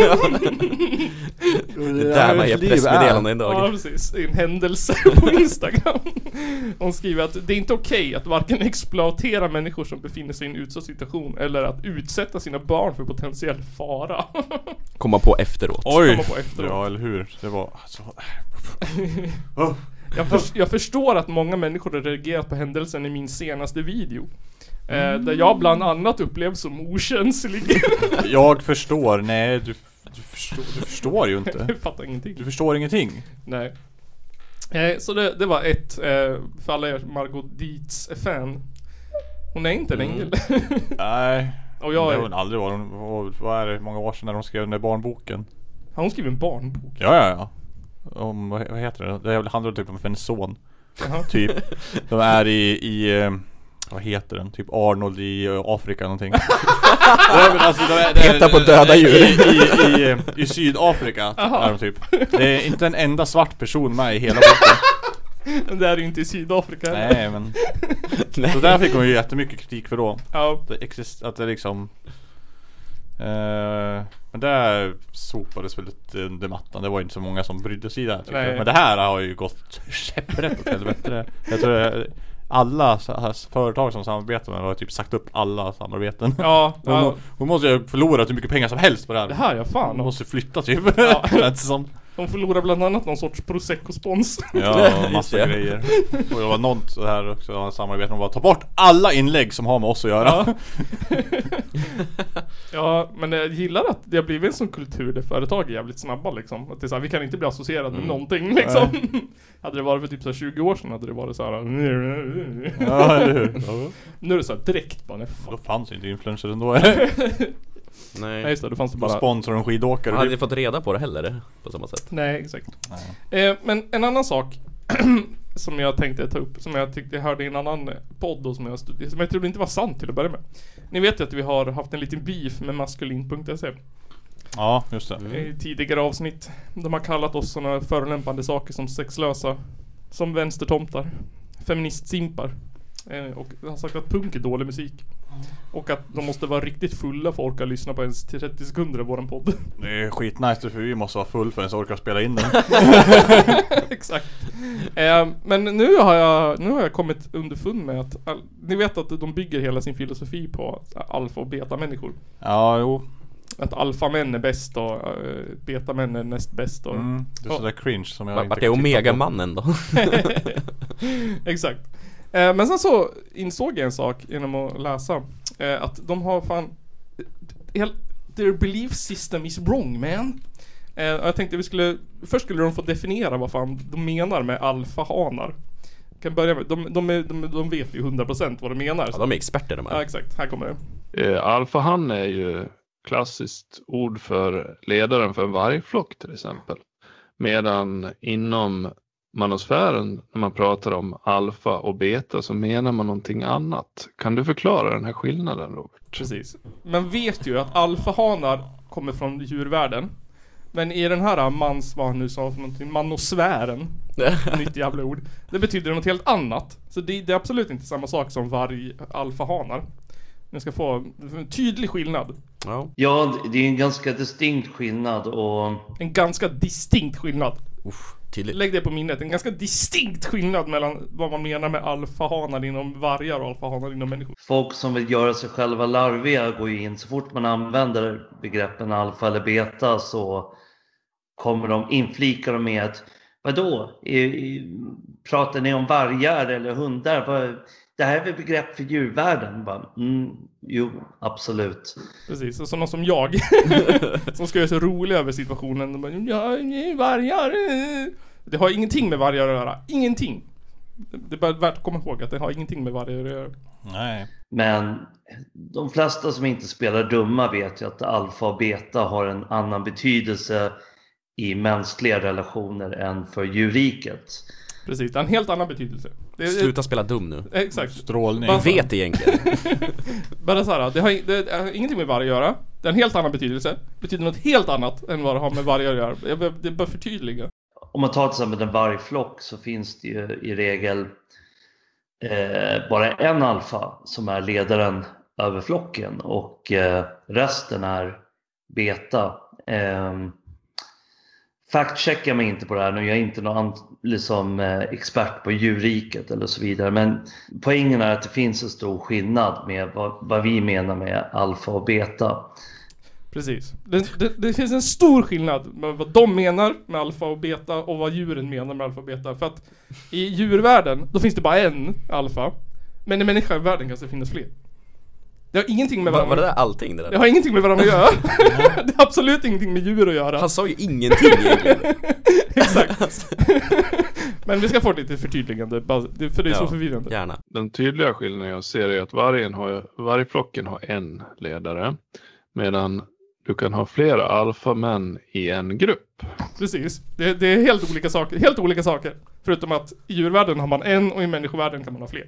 [SPEAKER 5] Det där var ert pressmeddelande
[SPEAKER 1] ja,
[SPEAKER 5] idag.
[SPEAKER 1] precis. En händelse på Instagram. Hon skriver att det är inte okej att varken exploatera människor som befinner sig i en utsatt situation eller att utsätta sina barn för potentiell fara.
[SPEAKER 5] Komma på efteråt.
[SPEAKER 4] Oj!
[SPEAKER 1] komma på efteråt.
[SPEAKER 4] Ja, eller hur? Det var alltså...
[SPEAKER 1] Jag, förs- jag förstår att många människor har reagerat på händelsen i min senaste video. Eh,
[SPEAKER 4] Mm.
[SPEAKER 1] Där jag bland annat upplevs som okänslig.
[SPEAKER 4] Jag förstår, nej du, du, förstår, du förstår ju inte.
[SPEAKER 1] jag fattar ingenting.
[SPEAKER 4] Du förstår ingenting.
[SPEAKER 1] Nej. Eh, så det, det var ett, eh, för alla er Margot Dietz är fan. Hon är inte en ängel.
[SPEAKER 4] Mm. Nej.
[SPEAKER 1] Och
[SPEAKER 4] Det
[SPEAKER 1] jag
[SPEAKER 4] har
[SPEAKER 1] är,
[SPEAKER 4] hon aldrig varit. Hon var, vad är det, många år sedan när de skrev den där barnboken?
[SPEAKER 1] har hon skrivit en barnbok?
[SPEAKER 4] Ja, ja, ja. Om, vad vad heter det? Det handlar typ om en son.
[SPEAKER 1] Jaha.
[SPEAKER 4] Typ. De är i, i eh, vad heter den? Typ Arnold i eh, Afrika någonting. Nej, men alltså, de är- de är-
[SPEAKER 5] Peta på döda djur.
[SPEAKER 4] I, i, i, eh, i Sydafrika är de typ. Det är inte en enda svart person med i hela boken.
[SPEAKER 1] Men det är ju inte i Sydafrika.
[SPEAKER 4] Nej men.
[SPEAKER 5] Nej.
[SPEAKER 4] Så där fick hon ju jättemycket kritik för då.
[SPEAKER 1] Ja,
[SPEAKER 4] Det exist- att det liksom eh, Men där sopades väl lite under mattan. Det var ju inte så många som brydde sig där tycker
[SPEAKER 1] Nej.
[SPEAKER 4] jag. Men det här har ju gått käpprätt åt helvete. Jag tror eh, alla så här företag som samarbetar med har typ sagt upp alla samarbeten.
[SPEAKER 1] ja,
[SPEAKER 4] Hon,
[SPEAKER 1] ja.
[SPEAKER 4] hon måste ju ha förlorat hur mycket pengar som helst på det här.
[SPEAKER 1] Det här ja, fan.
[SPEAKER 4] Hon måste flytta typ.
[SPEAKER 1] Ja.
[SPEAKER 4] Lät det som.
[SPEAKER 1] De förlorar bland annat någon sorts prosecco-spons.
[SPEAKER 4] Ja, massa
[SPEAKER 5] det.
[SPEAKER 4] grejer. Och det var något så här också, av samarbete. Hon bara ta bort alla inlägg som har med oss att göra.
[SPEAKER 1] Ja. ja, men jag gillar att det har blivit en sån kultur där företag är jävligt snabba liksom. Att det är så här, vi kan inte bli associerade med någonting liksom. hade det varit för typ så här 20 år sedan hade det varit så här.
[SPEAKER 4] Ja, eller hur? Ja.
[SPEAKER 1] nu är det så här direkt bara, nej fan.
[SPEAKER 4] Då fanns ju inte influencers ändå. Det
[SPEAKER 1] Nej
[SPEAKER 5] Nej.
[SPEAKER 1] just det, då fanns det
[SPEAKER 4] var
[SPEAKER 1] bara
[SPEAKER 4] sponsor och en skidåkare.
[SPEAKER 5] Man hade fått reda på det heller på samma sätt.
[SPEAKER 1] Nej, exakt. Eh, men en annan sak som jag tänkte ta upp, som jag tyckte jag hörde i en annan podd och som jag, stud- som jag trodde inte var sant till att börja med. Ni vet ju att vi har haft en liten beef med maskulin.se
[SPEAKER 4] Ja, just det.
[SPEAKER 1] i tidigare avsnitt. De har kallat oss sådana förolämpande saker som sexlösa, som vänstertomtar, feministsimpar. eh, Och har sagt att punk är dålig musik. Och att de måste vara riktigt fulla för att orka lyssna på ens 30 sekunder av våran podd.
[SPEAKER 4] Det är skitnice för vi måste vara full för att ens orka spela in den.
[SPEAKER 1] Exakt. Eh, men nu har, jag, nu har jag kommit underfund med att, all, ni vet att de bygger hela sin filosofi på alfa och beta-människor.
[SPEAKER 4] Ja, jo.
[SPEAKER 1] Att alfamän är bäst och eh, betamän är näst bäst och...
[SPEAKER 4] Mm. Det är sådär cringe som jag inte
[SPEAKER 5] Vart är
[SPEAKER 4] kan titta på.
[SPEAKER 5] Omega-mannen då?
[SPEAKER 1] Exakt. Eh, men sen så insåg jag en sak genom att läsa. Eh, att de har fan... Hel, their belief system is wrong man. Eh, och jag tänkte vi skulle... Först skulle de få definiera vad fan de menar med alfahanar. Kan börja med, de, de, är- de, de vet ju 100% vad de menar.
[SPEAKER 5] Ja, de är experter de här.
[SPEAKER 1] Ja, exakt. Här kommer det.
[SPEAKER 12] Eh, Alfahanne är ju klassiskt ord för ledaren för en vargflock till exempel. Medan inom manosfären, när man pratar om alfa och beta, så menar man någonting annat. Kan du förklara den här skillnaden, Robert?
[SPEAKER 1] Precis. Man vet ju att alfahanar kommer från djurvärlden. Men i den här mans, vad han nu sa för någonting, manosfären. nytt jävla ord. Det betyder något helt annat. Så det, det är absolut inte samma sak som varg, alfahanar. Ni ska få en tydlig skillnad.
[SPEAKER 13] Ja, det är en ganska distinkt skillnad och...
[SPEAKER 1] En ganska distinkt skillnad.
[SPEAKER 5] tydligt.
[SPEAKER 1] Lägg det på minnet. En ganska distinkt skillnad mellan vad man menar med alfahanar inom vargar och alfahanar inom människor.
[SPEAKER 13] Folk som vill göra sig själva larviga går ju in, så fort man använder begreppen alfa eller beta så kommer de inflika dem med att vadå, I, i, pratar ni om vargar eller hundar? Vad, det här är väl begrepp för djurvärlden? Bara, mm, jo, absolut.
[SPEAKER 1] Precis, och sådana som jag. som ska göra sig roliga över situationen. De bara, ja, ni är vargar. eh." Det har ingenting med vargar att göra. Ingenting. Det är bara värt att komma ihåg att det har ingenting med vargar att göra.
[SPEAKER 13] Nej. Men de flesta som inte spelar dumma vet ju att alfa och beta har en annan betydelse i mänskliga relationer än för djurriket.
[SPEAKER 1] Precis, det har en helt annan betydelse. Det är- Eh,
[SPEAKER 5] Sluta spela dum nu.
[SPEAKER 1] Exakt.
[SPEAKER 5] Strålning.
[SPEAKER 1] Bara-
[SPEAKER 5] Vi vet egentligen.
[SPEAKER 1] Bara så här, det har, det har ingenting med varg att göra. Det har en helt annan betydelse. Betyder något helt annat än vad det har med vargar att göra. Jag behöver- Det är bara förtydliga.
[SPEAKER 13] Om man tar till exempel en vargflock så finns det ju i regel eh, bara en alfa som är ledaren över flocken och eh, resten är beta. Eh, Factchecka mig inte på det här nu, jag är inte någon an- liksom, eh, expert på djurriket eller så vidare. Men poängen är att det finns en stor skillnad med vad, vad vi menar med alfa och beta.
[SPEAKER 1] Precis. Det, det, det finns en stor skillnad mellan vad de menar med alfa och beta och vad djuren menar med alfa och beta. För att i djurvärlden, då finns det bara en alfa. Men i människovärlden kan det finnas fler. Det har ingenting med
[SPEAKER 5] Var, var
[SPEAKER 1] varandra
[SPEAKER 5] det där allting det där?
[SPEAKER 1] Det har ingenting med varandra att göra. det har absolut ingenting med djur att göra.
[SPEAKER 5] Han sa ju ingenting egentligen.
[SPEAKER 1] Exakt. Men vi ska få lite förtydligande, bara- det- för det är så förvirrande.
[SPEAKER 12] Den tydliga skillnaden jag ser är att vargen har, vargflocken har en ledare. Medan du kan ha flera alfamän i en grupp.
[SPEAKER 1] Precis. Det, det är helt olika, saker, helt olika saker. Förutom att i djurvärlden har man en och i människovärlden kan man ha fler.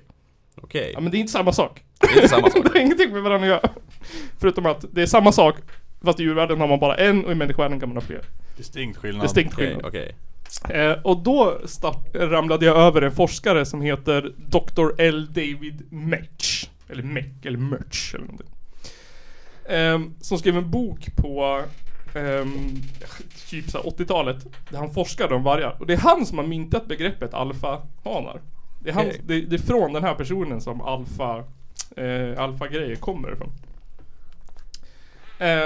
[SPEAKER 5] Okej.
[SPEAKER 1] Ja men det är inte samma sak.
[SPEAKER 5] Det är inte samma sak.
[SPEAKER 1] det har ingenting med varandra att göra. Förutom att det är samma sak, fast i djurvärlden har man bara en och i människovärlden kan man ha fler.
[SPEAKER 4] Distinkt skillnad.
[SPEAKER 1] Distinkt skillnad.
[SPEAKER 5] Okej.
[SPEAKER 1] Eh, och då start, ramlade jag över en forskare som heter Dr. L. David Metch. Eller Meck, eller Merch eller någonting. Ehm, som skrev en bok på ehm, typ så här 80-talet. Där han forskade om vargar. Och det är han som har myntat begreppet alfahanar. Det är, han,
[SPEAKER 5] Okej.
[SPEAKER 1] det, det är från den här personen som alfa, eh, alfa-grejer kommer ifrån. Eh,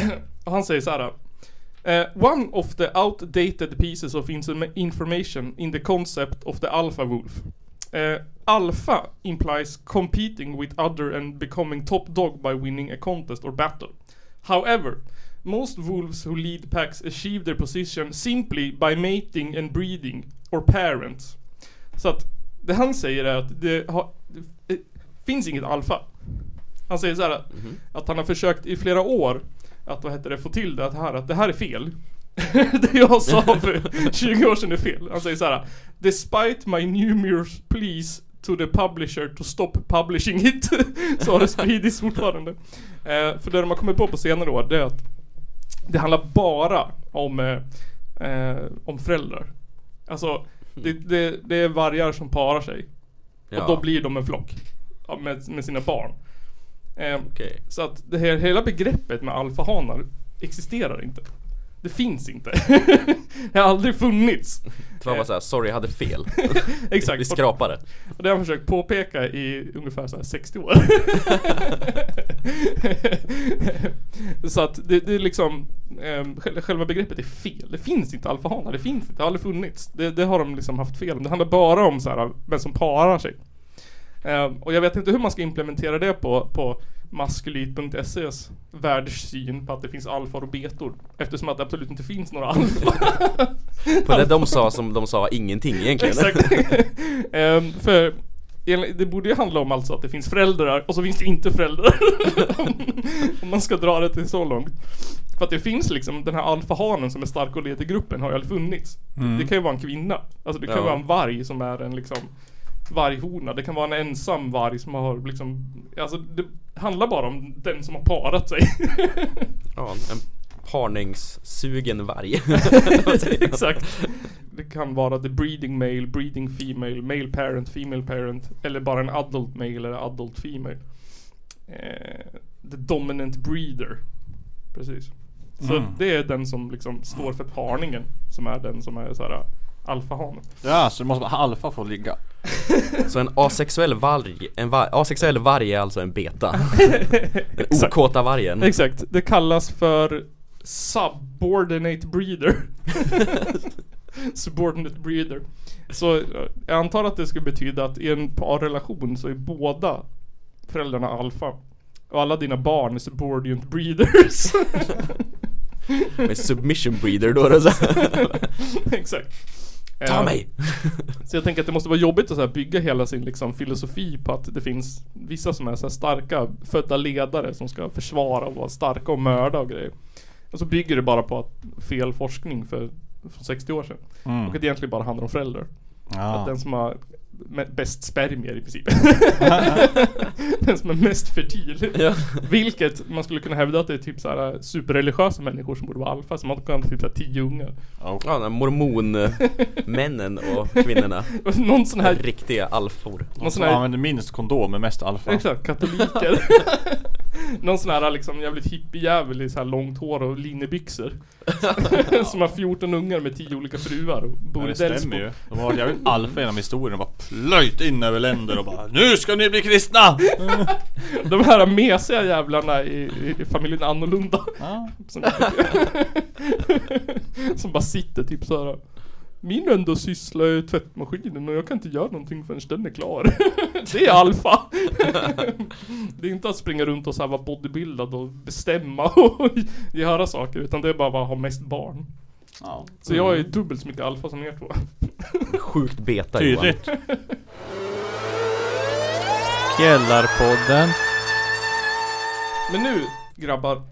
[SPEAKER 1] och han säger så här. eh, one of the outdated pieces of insom- information in the concept of the alpha wolf. Eh, alpha implies competing with other and becoming top dog by winning a contest or battle. However, most wolves who lead packs achieve their position simply by mating and breeding or parents. Så att det han säger är att det, har, det, det finns inget alfa. Han säger så här att, att han har försökt i flera år att vad heter det, få till det att här, att det här är fel. det jag sa för 20 år sedan är fel. Han säger så här. Despite my numerous pleas to the publisher to stop publishing it. så har det spridits fortfarande. Eh, för det de har kommit på på senare år det är att det handlar bara om, eh, eh, om föräldrar. Alltså, det, det, det är vargar som parar sig.
[SPEAKER 5] Ja.
[SPEAKER 1] Och då blir de en flock. ja, Med, med sina barn. Eh, Så att det här, hela begreppet med alfahanar existerar inte. Det finns inte. det har aldrig funnits.
[SPEAKER 5] Det var bara såhär, sorry jag hade fel.
[SPEAKER 1] Exakt.
[SPEAKER 5] Vi skrapade.
[SPEAKER 1] Och det har jag försökt påpeka i ungefär så här 60 år. så att det, det är liksom, ehm, själ- själva begreppet är fel. Det finns inte alfahanar, det finns inte, det har aldrig funnits. Det, det har de liksom haft fel om. Det handlar bara om så här, män som parar sig. Ehm, och jag vet inte hur man ska implementera det på, på maskulit.ses världssyn på att det finns alfar och betor. Eftersom att det absolut inte finns några alfa.
[SPEAKER 5] På det de sa som de sa ingenting egentligen.
[SPEAKER 1] Exakt. Ehm, för enligt- det borde ju handla om alltså att det finns föräldrar och så finns det inte föräldrar. Om- om man ska dra det till så långt. För att det finns liksom, den här alfahanen som är stark och leder gruppen har ju aldrig funnits.
[SPEAKER 4] Mm.
[SPEAKER 1] Det kan ju vara en kvinna. Alltså det kan
[SPEAKER 4] Ja.
[SPEAKER 1] vara en varg som är en liksom varghona. Det kan vara en ensam varg som har liksom, alltså det handlar bara om den som har parat sig.
[SPEAKER 5] Ja, en parningssugen varg.
[SPEAKER 1] Exakt. Det kan vara the breeding male, breeding female, male parent, female parent eller bara en adult male eller adult female. Eh, the dominant breeder. Precis. Så
[SPEAKER 4] Mm.
[SPEAKER 1] det är den som liksom står för parningen som är den som är så här alfahanen.
[SPEAKER 4] Ja, så det måste vara alfa för att ligga.
[SPEAKER 5] Så en asexuell varg, en var, asexuell varg är alltså en beta. Den okåta vargen.
[SPEAKER 1] Exakt. Det kallas för subordinate breeder. Subordinate breeder. Så eh, jag antar att det skulle betyda att i en parrelation så är båda föräldrarna alfa. Och alla dina barn är subordinate breeders.
[SPEAKER 5] Med submission breeder då är det så.
[SPEAKER 1] Exakt.
[SPEAKER 5] Ta
[SPEAKER 1] Eh,
[SPEAKER 5] mig!
[SPEAKER 1] så jag tänker att det måste vara jobbigt att så här bygga hela sin liksom filosofi på att det finns vissa som är så här starka födda ledare som ska försvara och vara starka och mörda och grejer. Och så bygger det bara på att fel forskning för, för 60 år sedan.
[SPEAKER 4] Mm.
[SPEAKER 1] Och att det egentligen bara handlar om föräldrar.
[SPEAKER 4] Ja.
[SPEAKER 5] Ah.
[SPEAKER 1] Att den som har me- bäst spermier i princip. den som är mest fertil.
[SPEAKER 5] Ja.
[SPEAKER 1] Vilket man skulle kunna hävda att det är typ så här superreligiösa människor som borde vara alfa. Som man kan ha typ så här tio ungar.
[SPEAKER 5] Ja, den eh, mormonmännen och kvinnorna.
[SPEAKER 1] Och någon sån här-
[SPEAKER 5] Riktiga alfor.
[SPEAKER 1] Någon sån här-
[SPEAKER 4] använder minst kondom men mest alfa.
[SPEAKER 1] Exakt, katoliker. Någon sån här liksom jävligt hippiejävel i så här långt hår och linnebyxor. som har 14 ungar med 10 olika fruar och bor
[SPEAKER 4] Ja,
[SPEAKER 1] i
[SPEAKER 4] det
[SPEAKER 1] Delsbo.
[SPEAKER 4] stämmer ju. De har varit jävligt alfa genom historien och bara plöjt in över länder och bara Nu ska ni bli kristna!
[SPEAKER 1] De här mesiga jävlarna i, i, i familjen Annorlunda. som, som bara sitter typ så här. Min enda syssla är tvättmaskinen och jag kan inte göra någonting förrän den är klar. Det är alfa. Det är inte att springa runt och så här vara bodybuildad och bestämma och göra saker utan det är bara att ha mest barn. Så jag är dubbelt så mycket alfa som er två.
[SPEAKER 5] Sjukt beta
[SPEAKER 4] Tydligt. Källarpodden.
[SPEAKER 1] Men nu grabbar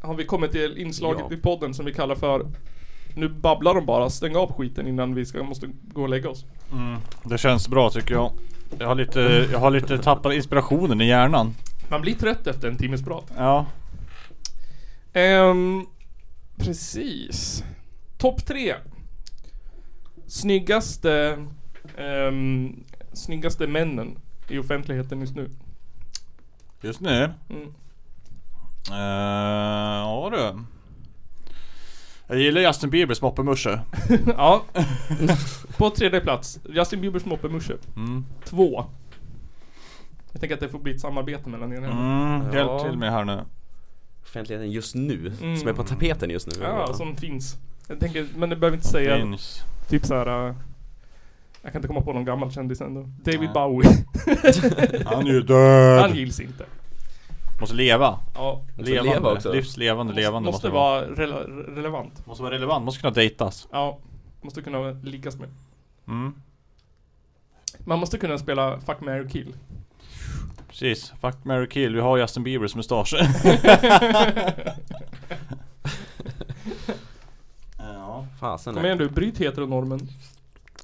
[SPEAKER 1] har vi kommit till inslaget i podden som vi kallar för Nu babblar de bara, stäng av skiten innan vi ska, måste gå och lägga oss.
[SPEAKER 4] Mm, det känns bra tycker jag. Jag har lite, jag har lite tappat inspirationen i hjärnan.
[SPEAKER 1] Man blir trött efter en timmes prat.
[SPEAKER 4] Ja.
[SPEAKER 1] Ehm, precis. Topp tre. Snyggaste, ehm, snyggaste männen i offentligheten just nu.
[SPEAKER 4] Just nu.
[SPEAKER 1] Mm.
[SPEAKER 4] Eh, ja du. Jag gillar Justin Biebers moppemusche.
[SPEAKER 1] ja. På tredje plats, Justin Biebers moppemusche.
[SPEAKER 4] Mm.
[SPEAKER 1] Två. Jag tänker att det får bli ett samarbete mellan er.
[SPEAKER 4] Mm, hjälp till mig här nu.
[SPEAKER 5] Offentligheten just nu,
[SPEAKER 1] Mm.
[SPEAKER 5] som är på tapeten just nu.
[SPEAKER 1] Ja, alltså, som finns. Jag tänker, men det behöver inte säga
[SPEAKER 4] Finns.
[SPEAKER 1] typ så här. äh, jag kan inte komma på någon gammal kändis ändå. David
[SPEAKER 4] Nej.
[SPEAKER 1] Bowie.
[SPEAKER 4] Han är ju död.
[SPEAKER 1] Han gills inte.
[SPEAKER 4] Måste leva.
[SPEAKER 1] Ja.
[SPEAKER 5] Måste
[SPEAKER 4] Levande.
[SPEAKER 5] leva också.
[SPEAKER 4] Livslevande, levande
[SPEAKER 1] Måste, vara rele- relevant.
[SPEAKER 4] Måste vara relevant, måste kunna dejtas.
[SPEAKER 1] Ja. Måste kunna liggas med.
[SPEAKER 4] Mm,
[SPEAKER 1] Man måste kunna spela Fuck, marry, kill.
[SPEAKER 4] precis. Fuck, marry, kill. Vi har Justin Biebers mustasch. ja.
[SPEAKER 5] Fasen.
[SPEAKER 1] Kom igen du, bryt heteronormen.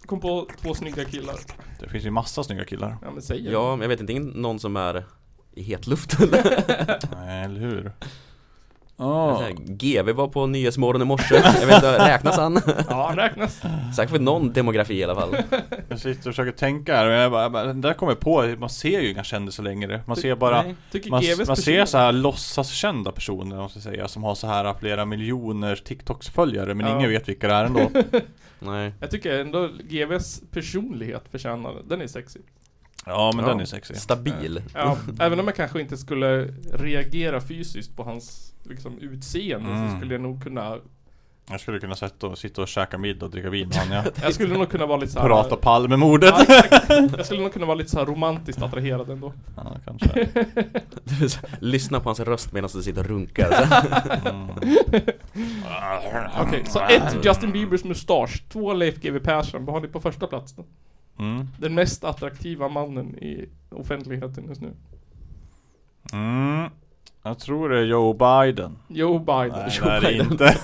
[SPEAKER 1] Kom på två snygga killar.
[SPEAKER 4] Det finns ju massa snygga killar.
[SPEAKER 1] Ja men säg
[SPEAKER 5] Ja, men jag vet inte ingen- någon som är i hetluften.
[SPEAKER 4] Nej, eller hur?
[SPEAKER 5] Oh. GV var på Nyhetsmorgon i morse. Jag vet inte, räknas han?
[SPEAKER 1] Ja, han räknas.
[SPEAKER 5] Säkert för någon demografi i alla fall.
[SPEAKER 4] Jag sitter och försöker tänka här och jag bara, jag bara, den där kommer jag på, man ser ju inga kändisar längre. Man
[SPEAKER 1] Ty-
[SPEAKER 4] ser bara,
[SPEAKER 1] nej. Tycker
[SPEAKER 4] man,
[SPEAKER 1] GVs
[SPEAKER 4] man ser
[SPEAKER 1] personer.
[SPEAKER 4] så här låtsaskända personer om man ska säga, som har så här flera miljoner TikToks-följare men
[SPEAKER 1] Ja.
[SPEAKER 4] ingen vet vilka det är ändå.
[SPEAKER 5] Nej.
[SPEAKER 1] Jag tycker ändå GVs personlighet förtjänar Den är sexig.
[SPEAKER 4] Ja men den är sexig.
[SPEAKER 5] Stabil.
[SPEAKER 1] Ja, även om jag kanske inte skulle reagera fysiskt på hans liksom, utseende
[SPEAKER 4] Mm.
[SPEAKER 1] så skulle jag nog kunna
[SPEAKER 4] Jag skulle kunna sätta och, sitta och käka middag och dricka vin med han, ja.
[SPEAKER 1] Jag skulle nog kunna vara lite såhär...
[SPEAKER 4] Prata Palmemordet.
[SPEAKER 1] Ja, exakt. Jag skulle nog kunna vara lite såhär romantiskt attraherad ändå.
[SPEAKER 4] Ja, kanske.
[SPEAKER 5] Det vill säga, Lyssna på hans röst medan du sitter och runkar
[SPEAKER 1] Okej, så
[SPEAKER 4] Mm.
[SPEAKER 1] ett Justin Biebers mustasch, två Leif GW Persson. Vad har ni på första plats då?
[SPEAKER 4] Mm.
[SPEAKER 1] Den mest attraktiva mannen i offentligheten just nu.
[SPEAKER 4] Mm. Jag tror det är Joe Biden.
[SPEAKER 1] Joe Biden.
[SPEAKER 4] Nej,
[SPEAKER 1] Joe
[SPEAKER 4] det är det
[SPEAKER 1] Biden.
[SPEAKER 4] inte.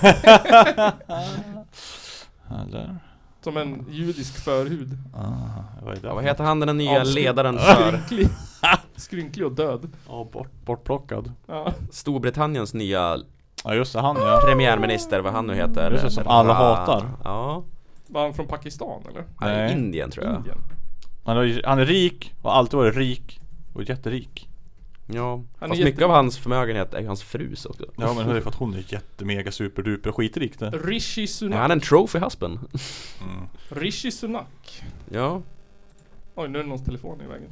[SPEAKER 4] Eller?
[SPEAKER 1] Som en judisk förhud.
[SPEAKER 5] Ja, vad heter han den nya
[SPEAKER 1] Avskri-
[SPEAKER 5] ledaren för
[SPEAKER 1] Skrynklig. Skrynklig och död.
[SPEAKER 4] Ja, bort, bortplockad.
[SPEAKER 1] Ja.
[SPEAKER 5] Storbritanniens nya
[SPEAKER 4] Ja just det, han ja.
[SPEAKER 5] Premiärminister, vad han nu heter
[SPEAKER 4] Just det, som alla hatar.
[SPEAKER 5] Ja,
[SPEAKER 1] Var han från Pakistan eller?
[SPEAKER 5] han är
[SPEAKER 4] Nej.
[SPEAKER 5] Indien tror jag
[SPEAKER 1] Indien.
[SPEAKER 4] Han är, han är rik och har alltid varit rik. Och jätterik.
[SPEAKER 5] Ja,
[SPEAKER 1] är
[SPEAKER 5] fast mycket
[SPEAKER 1] jätte-
[SPEAKER 5] av hans förmögenhet är ju hans frus också
[SPEAKER 4] Ja men det är för att hon är jättemega superduper skitrik det.
[SPEAKER 1] Rishi Sunak.
[SPEAKER 5] Är han en trophy husband?
[SPEAKER 1] Rishi Sunak.
[SPEAKER 5] Ja,
[SPEAKER 1] Oj, nu är det någons telefon i vägen.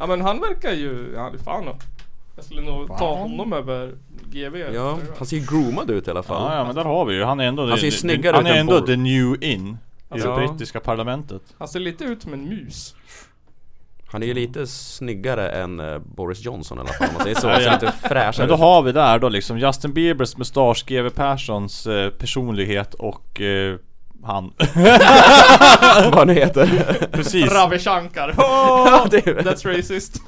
[SPEAKER 1] Ja men han verkar ju, ja det fan då. Jag skulle nog ta honom över GV.
[SPEAKER 5] ja, han ser ju groomad ut i alla fall
[SPEAKER 4] Ja, ja men där har vi ju. Han är ändå
[SPEAKER 5] Han ser ju
[SPEAKER 4] the-
[SPEAKER 5] snyggare
[SPEAKER 4] Han
[SPEAKER 5] ut
[SPEAKER 4] är
[SPEAKER 5] än
[SPEAKER 4] ändå
[SPEAKER 5] Bor-
[SPEAKER 4] the new in. I
[SPEAKER 1] Alltså-
[SPEAKER 4] det brittiska parlamentet.
[SPEAKER 1] Han ser lite ut som en mus.
[SPEAKER 5] Han är ju lite snyggare än eh, Boris Johnson i alla fall om man säger så,
[SPEAKER 4] Ja,
[SPEAKER 5] ser
[SPEAKER 4] ja.
[SPEAKER 5] lite fräschare
[SPEAKER 4] Men då
[SPEAKER 5] ut
[SPEAKER 4] har vi där då liksom Justin Biebers mustasch, GW Perssons eh, personlighet och eh, han.
[SPEAKER 5] Vad han heter
[SPEAKER 4] Precis.
[SPEAKER 1] Ravi Shankar.
[SPEAKER 5] Ja,
[SPEAKER 1] Oh,
[SPEAKER 5] det är-
[SPEAKER 1] that's racist.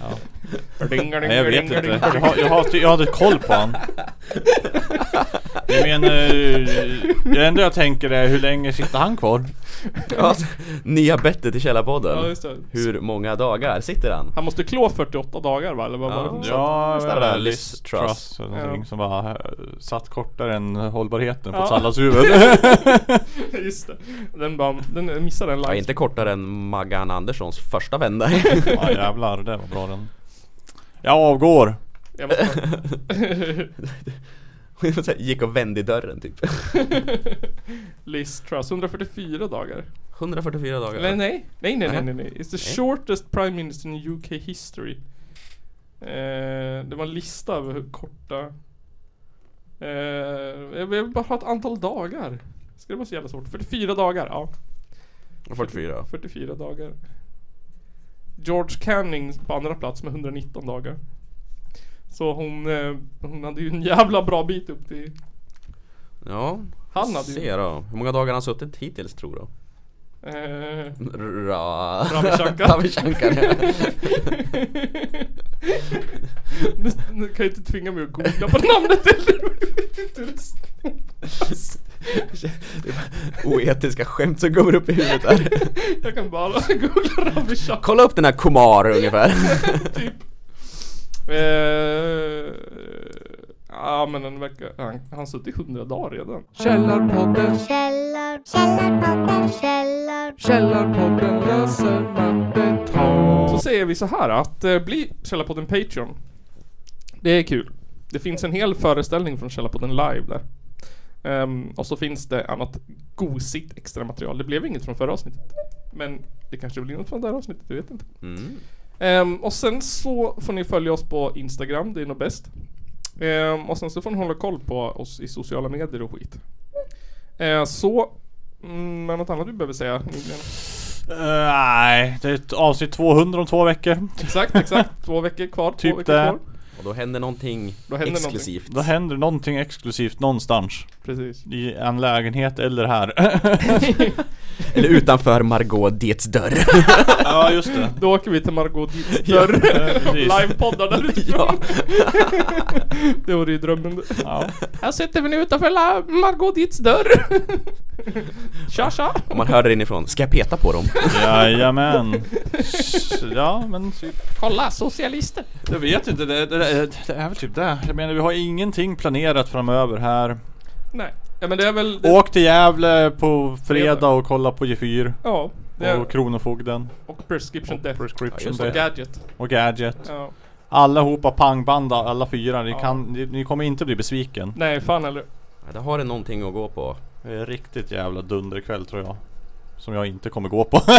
[SPEAKER 4] Ja.
[SPEAKER 1] Ding, ding,
[SPEAKER 4] Nej, jag vet
[SPEAKER 1] ding,
[SPEAKER 4] inte.
[SPEAKER 1] ding,
[SPEAKER 4] Jag,
[SPEAKER 1] ding.
[SPEAKER 4] har, jag, har, inte- jag hade koll på han. Jag menar, eh, det enda jag tänker är hur länge sitter han kvar?
[SPEAKER 5] ja, Nya bettet i
[SPEAKER 1] Ja,
[SPEAKER 5] Källarpodden
[SPEAKER 1] just det.
[SPEAKER 5] Hur många dagar sitter han?
[SPEAKER 1] Han måste klå 48 dagar va? Eller vad var det?
[SPEAKER 4] Ja,
[SPEAKER 5] Just det,
[SPEAKER 4] det
[SPEAKER 5] där,
[SPEAKER 4] är
[SPEAKER 5] Liz
[SPEAKER 4] Liz
[SPEAKER 5] Truss.
[SPEAKER 4] Truss eller någonting
[SPEAKER 1] Ja.
[SPEAKER 4] som bara eh, satt kortare än hållbarheten på
[SPEAKER 1] Ja.
[SPEAKER 4] ja. allas huvud.
[SPEAKER 1] Just det. Den, bara, den missade en
[SPEAKER 5] Ja,
[SPEAKER 1] live.
[SPEAKER 5] inte kortare än Maggan Anderssons första vända
[SPEAKER 4] ja jävlar, det var bra den. Jag avgår.
[SPEAKER 1] Jag måste-
[SPEAKER 5] Så här, Gick och vände i dörren typ
[SPEAKER 1] Liz Truss, 144 dagar.
[SPEAKER 5] 144 dagar
[SPEAKER 1] Eller nej, nej, nej, nej, nej,
[SPEAKER 5] Nej.
[SPEAKER 1] nej. It's the
[SPEAKER 5] Nej.
[SPEAKER 1] shortest prime minister in UK history. Eh, det var en lista över hur korta... Eh, jag vill bara ha ett antal dagar. Ska det vara så jävla svårt? 44 dagar, ja.
[SPEAKER 5] 44
[SPEAKER 1] 44 dagar. George Canning på andra plats med 119 dagar. Så hon, eh, hon hade ju en jävla bra bit upp till...
[SPEAKER 5] Ja,
[SPEAKER 1] Han hade ju-
[SPEAKER 5] se då. Hur många dagar har han suttit hittills tror du?
[SPEAKER 1] Eh,
[SPEAKER 5] Ra...
[SPEAKER 1] Ravi Shankar.
[SPEAKER 5] Ravi Shankar ja.
[SPEAKER 1] nu, nu kan jag inte tvinga mig att googla på namnet eller jag vet inte hur det stavas.
[SPEAKER 5] Oetiska skämt som kommer upp i huvudet där.
[SPEAKER 1] Jag kan bara googla Ravi Shankar
[SPEAKER 5] Kolla upp den här Kumar ungefär.
[SPEAKER 1] typ. Eh, Ja men han verkar, han, han har suttit i 100 dagar redan. Källarpodden,
[SPEAKER 9] Källar, källarpodden, källar,
[SPEAKER 1] Källarpodden läser Mappetag. Så säger vi så här att eh, bli Källarpodden Patreon. Det är kul. Det finns en hel föreställning från Källarpodden live där. Ehm, och så finns det annat gosigt extra material. Det blev inget från förra avsnittet. Men det kanske blir något från det här avsnittet, jag vet inte.
[SPEAKER 5] Mm.
[SPEAKER 1] Ehm, och sen så får ni följa oss på Instagram, det är nog bäst. Ehm, och sen så får ni hålla koll på oss i sociala medier och skit. Ehm, så, mm, är det något annat du behöver säga? Nygren?
[SPEAKER 4] Eh, Nej, det är ett avsnitt 200 om två veckor.
[SPEAKER 1] Exakt, exakt. Två veckor kvar.
[SPEAKER 4] Typ
[SPEAKER 1] två veckor
[SPEAKER 4] det.
[SPEAKER 1] kvar.
[SPEAKER 5] Och då händer någonting
[SPEAKER 1] Då händer
[SPEAKER 5] exklusivt.
[SPEAKER 4] Då händer någonting exklusivt någonstans.
[SPEAKER 1] Precis.
[SPEAKER 4] I en lägenhet eller här.
[SPEAKER 5] Eller utanför Margot Dietz dörr.
[SPEAKER 4] ja just det.
[SPEAKER 1] Då åker vi till Margot Dietz dörr.
[SPEAKER 4] eh,
[SPEAKER 1] och
[SPEAKER 4] precis.
[SPEAKER 1] Livepoddar därifrån.
[SPEAKER 5] Ja.
[SPEAKER 1] Det vore ju drömmen.
[SPEAKER 4] Ja.
[SPEAKER 1] Här sitter vi nu utanför la Margot Dietz dörr. Tja tja.
[SPEAKER 5] Om man hör det inifrån, ska jag peta på dem?
[SPEAKER 4] Jajamän. S- Ja men typ.
[SPEAKER 1] Kolla, socialister.
[SPEAKER 4] Jag vet inte, det, det, det, det är väl typ det. Jag menar vi har ingenting planerat framöver här.
[SPEAKER 1] Nej. Ja men det är väl... Det,
[SPEAKER 4] Åk till Gävle på fredag och kolla på G4.
[SPEAKER 1] ja. Det är,
[SPEAKER 4] Och Kronofogden.
[SPEAKER 1] och prescription death.
[SPEAKER 4] Prescription
[SPEAKER 1] och
[SPEAKER 4] Death.
[SPEAKER 1] gadget.
[SPEAKER 4] Och Gadget.
[SPEAKER 1] Ja.
[SPEAKER 4] Allihopa pangbanda, alla fyra. Ni, kan, ni, ni kommer inte bli besviken.
[SPEAKER 1] Nej, fan eller.
[SPEAKER 5] Ja, Då har det någonting att gå på.
[SPEAKER 4] Det är riktigt jävla dunderkväll tror jag. Som jag inte kommer gå på.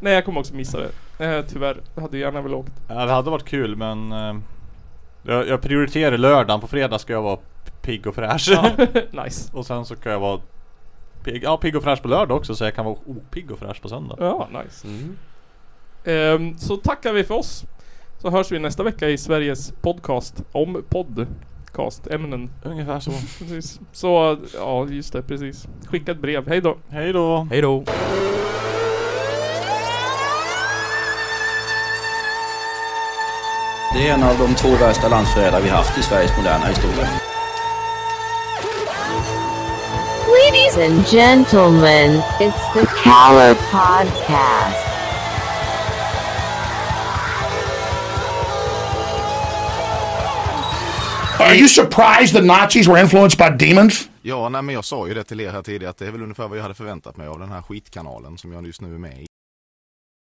[SPEAKER 1] Nej, jag kommer också missa det. Eh, tyvärr. Jag hade gärna velat åkt.
[SPEAKER 4] ja, det hade varit kul men... eh, jag, jag prioriterar lördagen. På fredag ska jag vara pigg och fräsch.
[SPEAKER 1] Ja. nice.
[SPEAKER 4] Och sen så kan jag vara pigg, ja, pigg och fräsch på lördag också så jag kan vara opigg och fräsch på söndag.
[SPEAKER 1] Ja, nice.
[SPEAKER 5] Mm.
[SPEAKER 1] Ehm, så tackar vi för oss. Så hörs vi nästa vecka i Sveriges podcast om podcast ämnen.
[SPEAKER 4] Ungefär så.
[SPEAKER 1] precis. Så, ja just det, precis. Skicka ett brev. Hej då.
[SPEAKER 4] Hej då.
[SPEAKER 5] Hej då.
[SPEAKER 2] Det är en av de två värsta landsförrädare vi haft i Sveriges moderna historia.
[SPEAKER 3] Ladies and gentlemen, it's the Caller Podcast.
[SPEAKER 14] Are you surprised the Nazis were influenced by demons?
[SPEAKER 11] Ja, nej, men jag sa ju det till er här tidigare att det är väl ungefär vad jag hade förväntat mig av den här skitkanalen som jag just nu är med i.